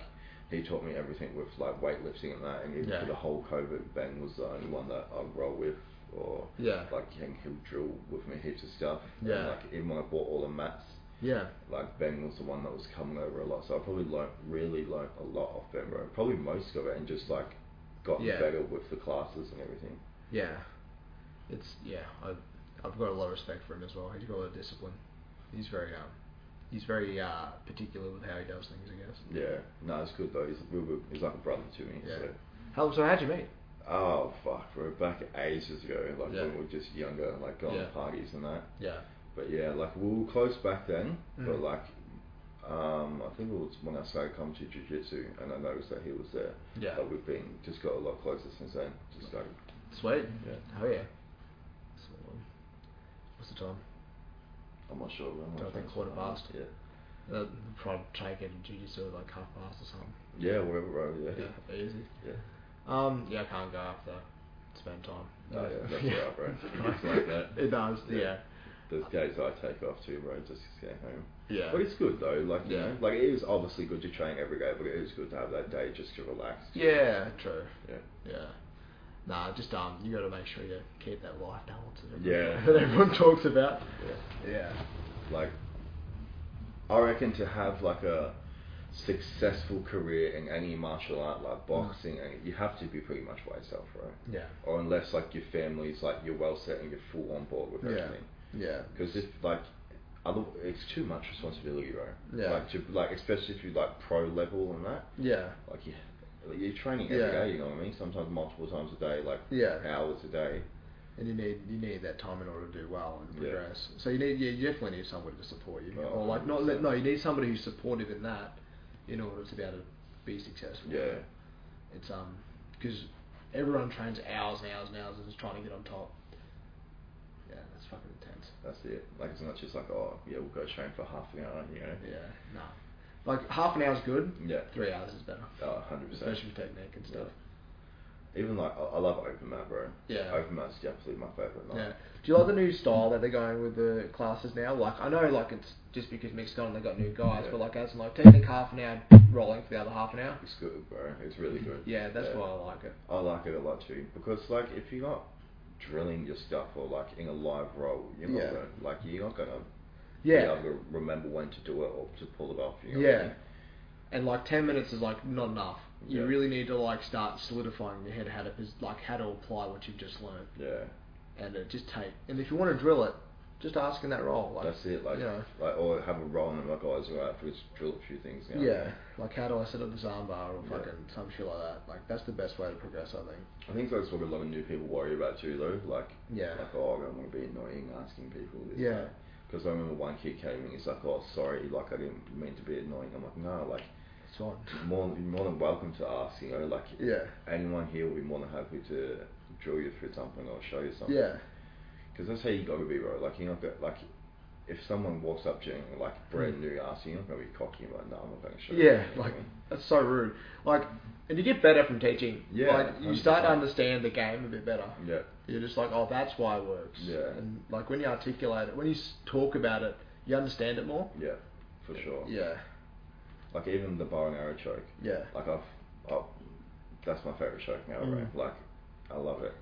B: he taught me everything with like weightlifting and that, and even
A: Yeah.
B: for the whole COVID, Ben was the only one that I'd roll with or
A: Yeah,
B: like and he'll drill with me heaps of stuff.
A: Yeah.
B: And, like even when I bought all the mats,
A: yeah,
B: like Ben was the one that was coming over a lot, so I probably learnt really learnt a lot off Ben, bro. Probably most of it, and just like gotten
A: Yeah.
B: better with the classes and everything.
A: yeah. It's yeah. I, I've got a lot of respect for him as well. He's got a lot of discipline. He's very um, he's very uh particular with how he does things. I guess.
B: Yeah, no, it's good though. He's we were, he's like a brother to me.
A: Yeah.
B: So.
A: How so? How'd you meet?
B: Oh fuck, bro, back ages ago, like
A: Yeah.
B: when we were just younger, like going
A: Yeah.
B: to parties and that.
A: Yeah,
B: But yeah, like we were close back then, but
A: Mm.
B: like. Um, I think it was when I started coming to jiu-jitsu and I noticed that he was there.
A: yeah.
B: But we've been just got a lot closer since then. Just like
A: Sweet.
B: Yeah.
A: Oh yeah. So, um, what's the time?
B: I'm not sure. I'm not
A: Don't
B: sure.
A: think quarter past.
B: Yeah.
A: Uh, probably try and get a jiu-jitsu like half past or something.
B: Yeah, wherever, bro. Yeah.
A: Yeah, easy.
B: Yeah.
A: Um, yeah, I can't go after spend time.
B: Oh, yeah, that's alright, bro. It's like that.
A: It does,
B: Yeah.
A: yeah.
B: Those days I take off too, bro, just to get home.
A: Yeah.
B: But it's good though. Like you
A: Yeah.
B: know, like it is obviously good to train every day, but it is good to have that day just to relax.
A: Yeah, true.
B: Yeah.
A: Yeah. Nah, just um, you got to make sure you keep that life balance that everyone-
B: Yeah.
A: that everyone talks about.
B: Yeah.
A: Yeah.
B: Like, I reckon to have like a successful career in any martial art,
A: Mm.
B: like boxing, and you have to be pretty much by yourself, right?
A: Yeah.
B: Or unless like your family's like you're well set and you're full on board with
A: Yeah.
B: everything.
A: Yeah.
B: because if like other, it's too much responsibility, right?
A: Yeah.
B: Like to like especially if you like pro level and that,
A: Yeah.
B: like you like, you're training every
A: Yeah.
B: day, You know what I mean? Sometimes multiple times a day, like
A: Yeah.
B: hours a day.
A: And you need you need that time in order to do well and
B: Yeah.
A: progress. So you need yeah, you definitely need somebody to support you,
B: Oh,
A: or like not
B: 100%.
A: no, you need somebody who's supportive in that, in order to be able to be successful.
B: Yeah.
A: It's um because everyone trains hours and hours and hours and is trying to get on top. Yeah, that's fucking intense.
B: That's it. Like it's not just like oh yeah we'll go train for half an hour, you know?
A: Yeah, no. Like half an hour's good.
B: Yeah.
A: Three hours is better,
B: Oh, 100 percent.
A: especially with technique and
B: Yeah.
A: stuff.
B: Even like I, I love open mat, bro.
A: Yeah.
B: Open mat's definitely my favorite.
A: Yeah.
B: Night.
A: Do you like the new style that they're going with the classes now? Like, I know, like, it's just because Mick's gone and they've got new guys,
B: Yeah.
A: but, like, as in, like, technique half an hour, rolling for the other half an hour.
B: It's good, bro. It's really good.
A: Mm-hmm. Yeah, that's why I like it.
B: I like it a lot too because like if you're not drilling your stuff or like in a live role, you're not
A: Yeah.
B: gonna, like you're not gonna be
A: Yeah.
B: able to remember when to do it or to pull it off. You know
A: Yeah. And, like, 10 minutes is, like, not enough. You
B: Yeah.
A: really need to, like, start solidifying in your head how to, pos- like, how to apply what you've just learned.
B: What I mean? Yeah,
A: And it just take. And if you want to drill it, just ask in that role. Like,
B: that's it. Like,
A: you know.
B: like or have a role and I'm like, oh, it's alright if we just drill a few things. You know?
A: Yeah. Like, how do I set up the arm bar or
B: Yeah.
A: fucking some shit like that? Like, that's the best way to progress, I think.
B: I think that's what a lot of new people worry about too, though. Like,
A: Yeah.
B: like oh, I don't want to be annoying asking people. This
A: Yeah.
B: Because I remember one kid came in, he's like, oh, sorry, like I didn't mean to be annoying. I'm like, no, like
A: It's fine.
B: you're more, you're more than welcome to ask. You know, like
A: Yeah.
B: anyone here will be more than happy to drill you through something or show you something.
A: Yeah.
B: Because that's how you gotta be, bro. Like you're not gonna like if someone walks up to you and like brand new asking, you're not gonna be cocky and like, no, I'm not gonna show you,"
A: Hmm. Yeah,
B: you. know what I
A: like
B: mean?
A: that's so rude. Like, and you get better from teaching.
B: Yeah,
A: like you start to
B: 100%.
A: understand the game a bit better.
B: yeah,
A: You're just like, oh, that's why it works.
B: Yeah.
A: And like when you articulate it, when you s- talk about it You understand it more.
B: Yeah, for sure.
C: Yeah.
B: Like even the bow and arrow choke.
C: Yeah.
B: Like I've, I've that's my favorite choke now,
A: Mm.
B: right? Like, I love it.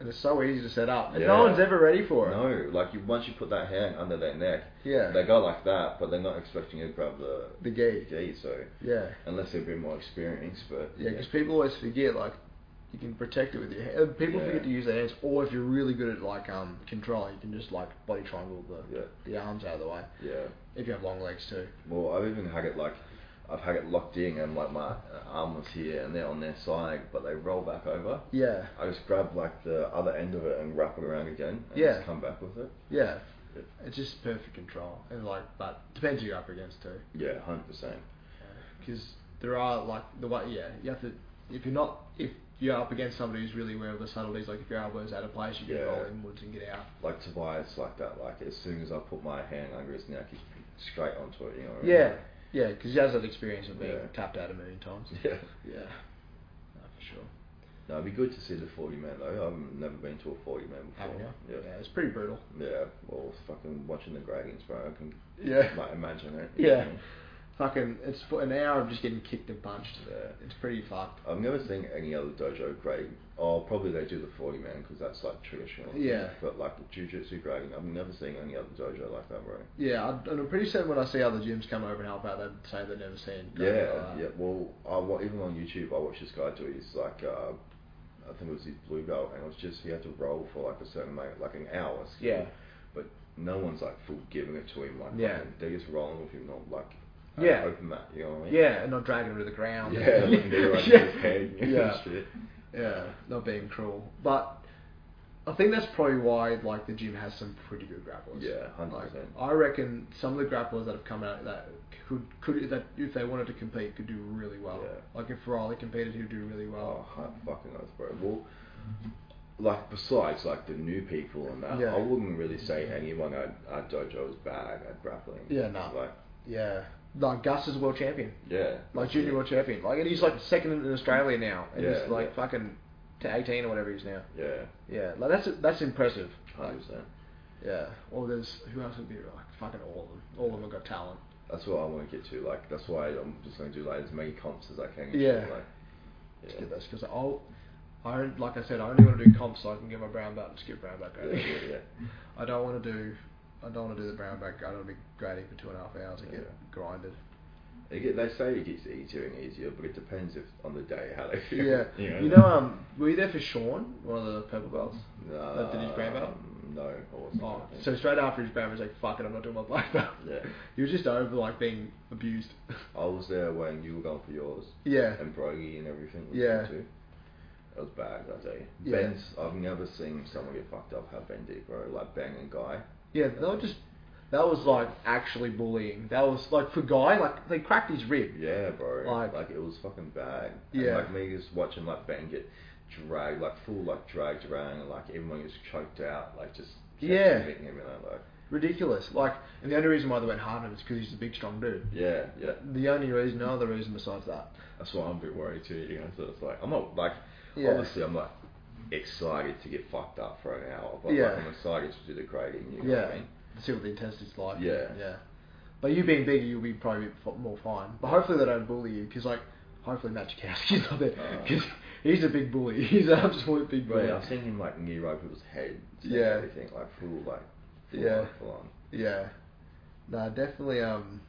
A: And it's so easy to set up, and
B: Yeah.
A: no one's ever ready for it.
B: No, like you once you put that hand under their neck,
C: Yeah.
B: they go like that, but they're not expecting you to grab the
A: The gate.
B: gate. So
A: Yeah.
B: unless they're a bit more experienced, but
A: Yeah, because people always forget like you can protect it with your hand. People
B: Yeah.
A: forget to use their hands, or if you're really good at like um control, you can just like body triangle the
B: Yeah.
A: the arms out of the way.
B: yeah.
A: If you have long legs too.
B: Well, I've even had it like I've had it locked in, and like my arm was here, and they're on their side, but they roll back over.
A: Yeah,
B: I just grab like the other end of it and wrap it around again, and
A: Yeah.
B: just come back with it.
A: yeah.
B: Yeah.
A: It's just perfect control, and like, but depends who you're up against too.
B: Yeah, hundred percent.
A: because there are like the way yeah you have to if you're not if you're up against somebody who's really aware of the subtleties like if your elbow's out of place you can
B: Yeah.
A: roll inwards and get out
B: Like Tobias, like that. Like as soon as I put my hand under his neck, he's straight onto it. You know. What I mean?
A: yeah yeah because he has that experience of being
B: Yeah.
A: tapped out a million times
B: Yeah.
A: yeah no, for sure
B: No, it'd be good to see the 40 man though. I've never been to a 40 man
A: haven't
B: before.
A: you
B: Yeah.
A: yeah it's pretty brutal
B: yeah. Well, it's fucking watching the Dragons, bro. I can
A: Yeah.
B: like, imagine it.
A: Yeah. fucking it's for an hour of just getting kicked and punched
B: Yeah.
A: it's pretty fucked
B: I've never Um, seen any other dojo grade. Oh, probably they do the 40 man because that's like traditional.
A: Yeah.
B: But like the jujitsu grading, I've never seen any other dojo like that, bro.
A: yeah I, and I'm pretty certain when I see other gyms come over and help out they'd say they've never seen
B: Yeah,
A: grappling like that.
B: yeah. Well, I wa- even on YouTube, I watched this guy do his like, uh, I think it was his blue belt, and it was just he had to roll for like a certain amount, like an hour. so-
A: Yeah.
B: But no one's like full giving it to him, like
A: Yeah.
B: fucking- they're just rolling with him, not like an
A: Yeah.
B: open mat. You know what I mean?
A: yeah and not dragging him to the ground
B: Yeah, like, they're like
A: yeah.
B: his head and
A: Yeah.
B: shit.
A: Yeah, not being cruel, but I think that's probably why like the gym has some pretty good grapplers.
B: Yeah, 100%.
A: Like, I reckon some of the grapplers that have come out that could could that if they wanted to compete could do really well.
B: Yeah.
A: Like if Riley competed, he'd do really
B: Oh,
A: well.
B: hot fucking oath, bro. Well, like besides like the new people and that,
A: Yeah.
B: I wouldn't really say anyone at, at dojo is bad at grappling.
A: Yeah, nah.
B: Like,
A: Yeah. Like Gus is world champion,
B: yeah.
A: like
B: Oh. that's
A: junior
B: it.
A: world champion, like and he's like second in Australia now, and
B: Yeah,
A: he's like
B: yeah.
A: fucking to eighteen or whatever he is now.
B: Yeah.
A: Yeah, like that's that's impressive.
B: Hundred percent.
A: Yeah. Or there's who else would be like fucking all of them. All of them have got talent.
B: That's what I want to get to. Like, that's why I'm just gonna do like as many comps as I can. and
A: Yeah.
B: shit, Like,
A: to
B: yeah.
A: get this because I'll, I don't- like I said, I only want to do comps so I can get my brown belt and skip brown belt
B: Yeah,
A: grading.
B: yeah, yeah.
A: I don't want to do, I don't want to do the brown belt. I don't want to be grading for two and a half hours and get
B: Yeah.
A: grinded.
B: They get- They say it gets easier and easier, but it depends if on the day how they feel.
A: Yeah,
B: You know,
A: you know, um, were you there for Sean, one of the purple belts?
B: Nah,
A: that did his brown belt?
B: um, No, I wasn't.
A: Oh,
B: I think.
A: so straight after his brown belt, he's like, "Fuck it, I'm not doing my black belt."
B: Yeah.
A: he was just over like being abused.
B: I was there when you were going for yours.
A: yeah,
B: And Brogy and everything. Was
A: Yeah.
B: there Too. It was bad that day.
A: Yeah.
B: Ben's. I've never seen someone get fucked up how Ben did, bro. Like Bang and Guy.
A: yeah, they were just. That was like actually bullying. That was like for guy, like they cracked his rib.
B: Yeah, bro.
A: Like-
B: Like, it was fucking bad.
A: Yeah.
B: And, like me just watching like Ben get dragged, like full like dragged around, and like everyone gets choked out, like just kept
A: Yeah.
B: hitting him, you know, like
A: Ridiculous. Like, and the only reason why they went hard on him is because he's a big, strong dude.
B: yeah, yeah.
A: The only reason, no other reason besides that.
B: That's why I'm a bit worried too. You know, so it's like I'm not like
A: Yeah.
B: obviously I'm like excited to get fucked up for an hour, but
A: Yeah.
B: like, I'm excited to do the grading. You know
A: yeah.
B: what I mean?
A: See what the intensity's like.
B: Yeah.
A: Yeah. But you being bigger, you'll be probably f- more fine. But hopefully they don't bully you, because like, hopefully Matt Chakowski's not there,
B: Uh.
A: because he's a big bully. He's an absolute big bully.
B: Right, I've seen him like knee rope people's heads and
A: Yeah.
B: everything, like full like full
A: Yeah.
B: on, full on.
A: Yeah. No, definitely. Um.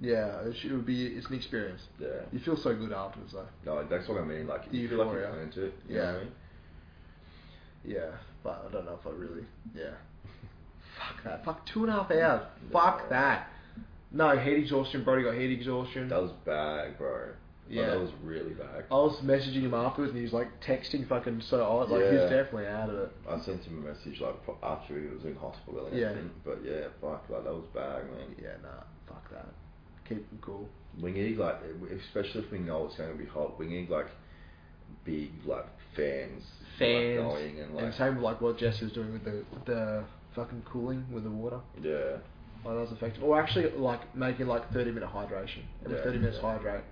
A: Yeah, it, should, it would be. It's an experience.
B: Yeah.
A: You feel so good afterwards, though.
B: No, that's what I mean, like
A: The
B: you feel like
A: euphoria.
B: you're into it. You know
A: Yeah.
B: what I mean?
A: Yeah, but I don't know if I really. Yeah. Fuck that. Fuck two and a half hours. Fuck
B: No.
A: that. No heat exhaustion. Brody got heat exhaustion.
B: That was bad, bro. Yeah.
A: Yeah. Oh.
B: that was really bad.
A: I was messaging him afterwards, and he was like texting fucking so odd. Like he
B: Yeah.
A: was definitely out of it.
B: I sent him a message like pro- after he was in hospital and
A: Yeah.
B: everything. But yeah, fuck, like that was bad, man.
A: Yeah, nah, fuck that. Keep them cool.
B: We need like, especially if we know it's going to be hot, we need like big like fans,
A: Fans.
B: like, going and like
A: and same with like what Jesse was doing with the the fucking cooling with the water.
B: yeah,
A: Like that was effective. Or actually, like making like thirty minute hydration. Every
B: Yeah,
A: thirty minutes
B: yeah.
A: hydrate.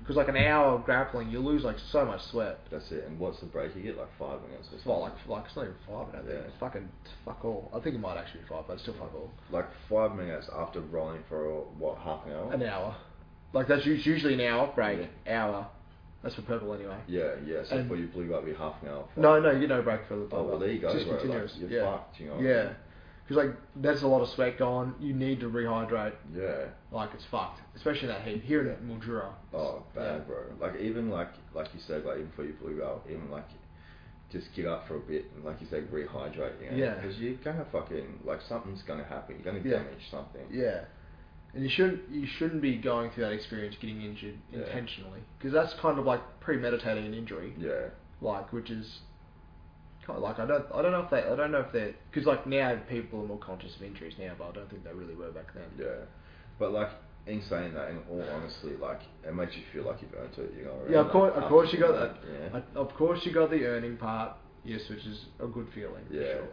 A: Because like an hour of grappling, you lose like so much sweat.
B: That's it. And what's the break? You get like five minutes or
A: It's
B: something.
A: not like like it's not even five. I don't think
B: Yeah.
A: it's fucking fuck all. I think it might actually be five, but it's still fuck all.
B: like five minutes after rolling for what half an hour.
A: An hour. Like that's us- usually an hour break. Hour. That's for purple anyway.
B: Yeah, yeah. So
A: And-
B: for you blew up, you half an hour.
A: No, no, you get no break for the
B: Oh well, there you go.
A: Just
B: bro.
A: continuous.
B: Like, you're
A: yeah.
B: fucked. You know. what I
A: Yeah. Because like that's a lot of sweat gone. You need to rehydrate.
B: mean? Yeah.
A: Like it's fucked, especially that heat here in Mildura.
B: Oh, bad,
A: Yeah.
B: bro. Like even like like you said, like even for you blue belt, even like just get up for a bit and like you said, rehydrate. You know?
A: Yeah.
B: Because you're gonna fucking like something's gonna happen. You're gonna
A: Yeah.
B: damage something.
A: Yeah, and you shouldn't you shouldn't be going through that experience getting injured
B: Yeah.
A: intentionally because that's kind of like premeditating an injury,
B: Yeah.
A: like which is kind of like I don't I don't know if they I don't know if they're because like now people are more conscious of injuries now, but I don't think they really were back then.
B: Yeah. But like in saying that, in all honesty, like it makes you feel like you've earned it. You know.
A: Yeah, of
B: like,
A: course, of
B: after
A: course you got
B: doing
A: that.
B: Yeah.
A: I- Of course you got the earning part, yes, which is a good feeling. for
B: Yeah.
A: sure.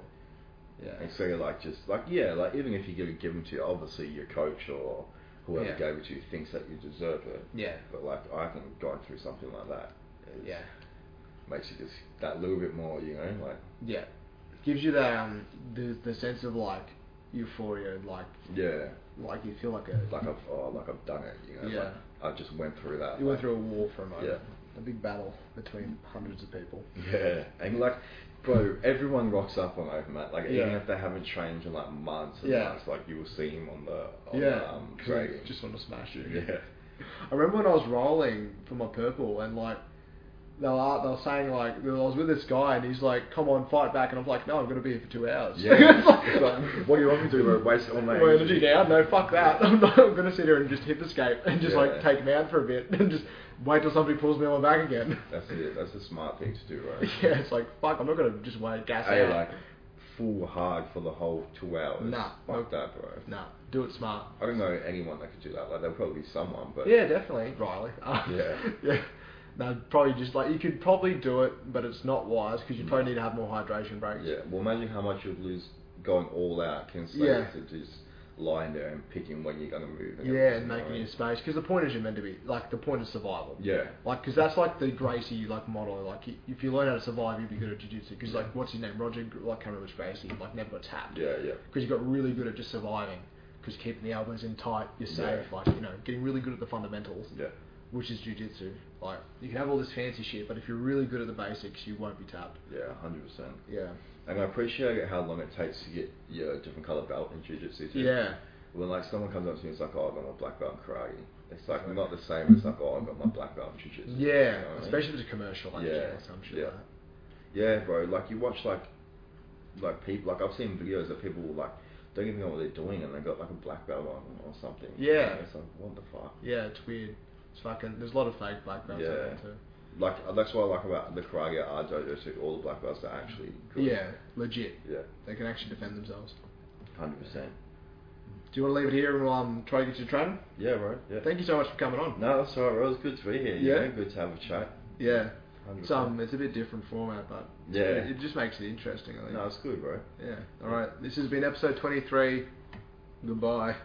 A: Yeah.
B: And so like just like yeah, like even if you give give them to you, obviously your coach or whoever
A: Yeah.
B: gave it to you thinks that you deserve it.
A: Yeah.
B: But like I think going through something like that, is-
A: Yeah.
B: makes you just that little bit more, you know, like
A: Yeah. Gives you that um the the sense of like euphoria, like
B: yeah,
A: like you feel like a
B: like I've oh, like I've done it, you know,
A: Yeah.
B: like I just went through that.
A: You went
B: like-
A: through a war for a moment.
B: Yeah.
A: A big battle between hundreds of people.
B: Yeah, and like, bro, everyone rocks up on Overmat. Like, even
A: Yeah.
B: if they haven't trained in like months and
A: Yeah.
B: months, like you will see him on the on the,
A: yeah.
B: um,
A: 'cause I
B: grading.
A: just want to smash you.
B: yeah,
A: I remember when I was rolling for my purple and like they were, they were saying like I was with this guy and he's like, "Come on, fight back," and I'm like, "No, I'm gonna be here for two hours."
B: yeah. it's like, what do you want me to do? Bro? Waste all my
A: Well, energy now? No, fuck that. I'm not. I'm gonna sit here and just hip escape and just like
B: Yeah.
A: take him out for a bit and just wait till somebody pulls me on my back again.
B: That's it. That's a smart thing to do, right?
A: yeah, it's like fuck. I'm not gonna just wait gas
B: Hey,
A: out.
B: like, full hard for the whole two hours.
A: Nah.
B: fuck that, bro.
A: nah, do it smart.
B: I don't know anyone that could do that. Like, there'll probably be someone, but
A: yeah, definitely Riley. Uh,
B: Yeah.
A: yeah. No, probably just like you could probably do it, but it's not wise because you probably need to have more hydration breaks.
B: Yeah, well, imagine how much you'd lose going all out compared
A: Yeah.
B: to just lying there and picking when you're going to move.
A: Yeah,
B: everything,
A: and
B: you know
A: making
B: what I
A: your
B: mean?
A: space because the point is you're meant to be like the point is survival.
B: Yeah,
A: Like, because that's like the Gracie like model. Like, y- if you learn how to survive, you'd be good at jiu-jitsu. Because like, what's his name, Roger? Like, can't remember which Gracie. Like, never got tapped.
B: yeah, yeah.
A: Because you got really good at just surviving. Because keeping the elbows in tight, you're safe.
B: Yeah.
A: Like, you know, getting really good at the fundamentals,
B: Yeah,
A: which is jiu-jitsu. Like, you can have all this fancy shit, but if you're really good at the basics, you won't be tapped.
B: yeah, hundred percent.
A: Yeah.
B: And I appreciate how long it takes to get your different color belt in jujitsu. too.
A: Yeah.
B: When like someone comes up to me, it's like, oh, I got my black belt in karate. It's like not the same as like, oh, I got my black belt in jujitsu. you know
A: Yeah.
B: what I mean?
A: Especially if it's a commercial, like,
B: Yeah.
A: yeah. or some shit
B: Yeah.
A: like that.
B: Yeah, bro. Like you watch like like people like I've seen videos that people like don't even know what they're doing and they got like a black belt on or something.
A: Yeah.
B: It's like what the fuck.
A: Yeah, it's weird. It's fucking. There's a lot of fake black belts out
B: Yeah.
A: there too.
B: Like that's what I like about the karate art dojo too. All the black belts are actually good.
A: Yeah. Legit.
B: Yeah.
A: They can actually defend themselves.
B: Hundred percent.
A: Do you want to leave it here and we'll um, try to get you to training?
B: Yeah, bro. Yeah.
A: Thank you so much for coming on.
B: no, that's alright. Bro. It was good to be here. you
A: Yeah.
B: know, Good to have a chat.
A: Yeah,
B: 100%.
A: it's um, it's a bit different format, but
B: Yeah.
A: it, it just makes it interesting. I think.
B: No, it's good, bro.
A: Yeah. All right. This has been episode twenty three. Goodbye.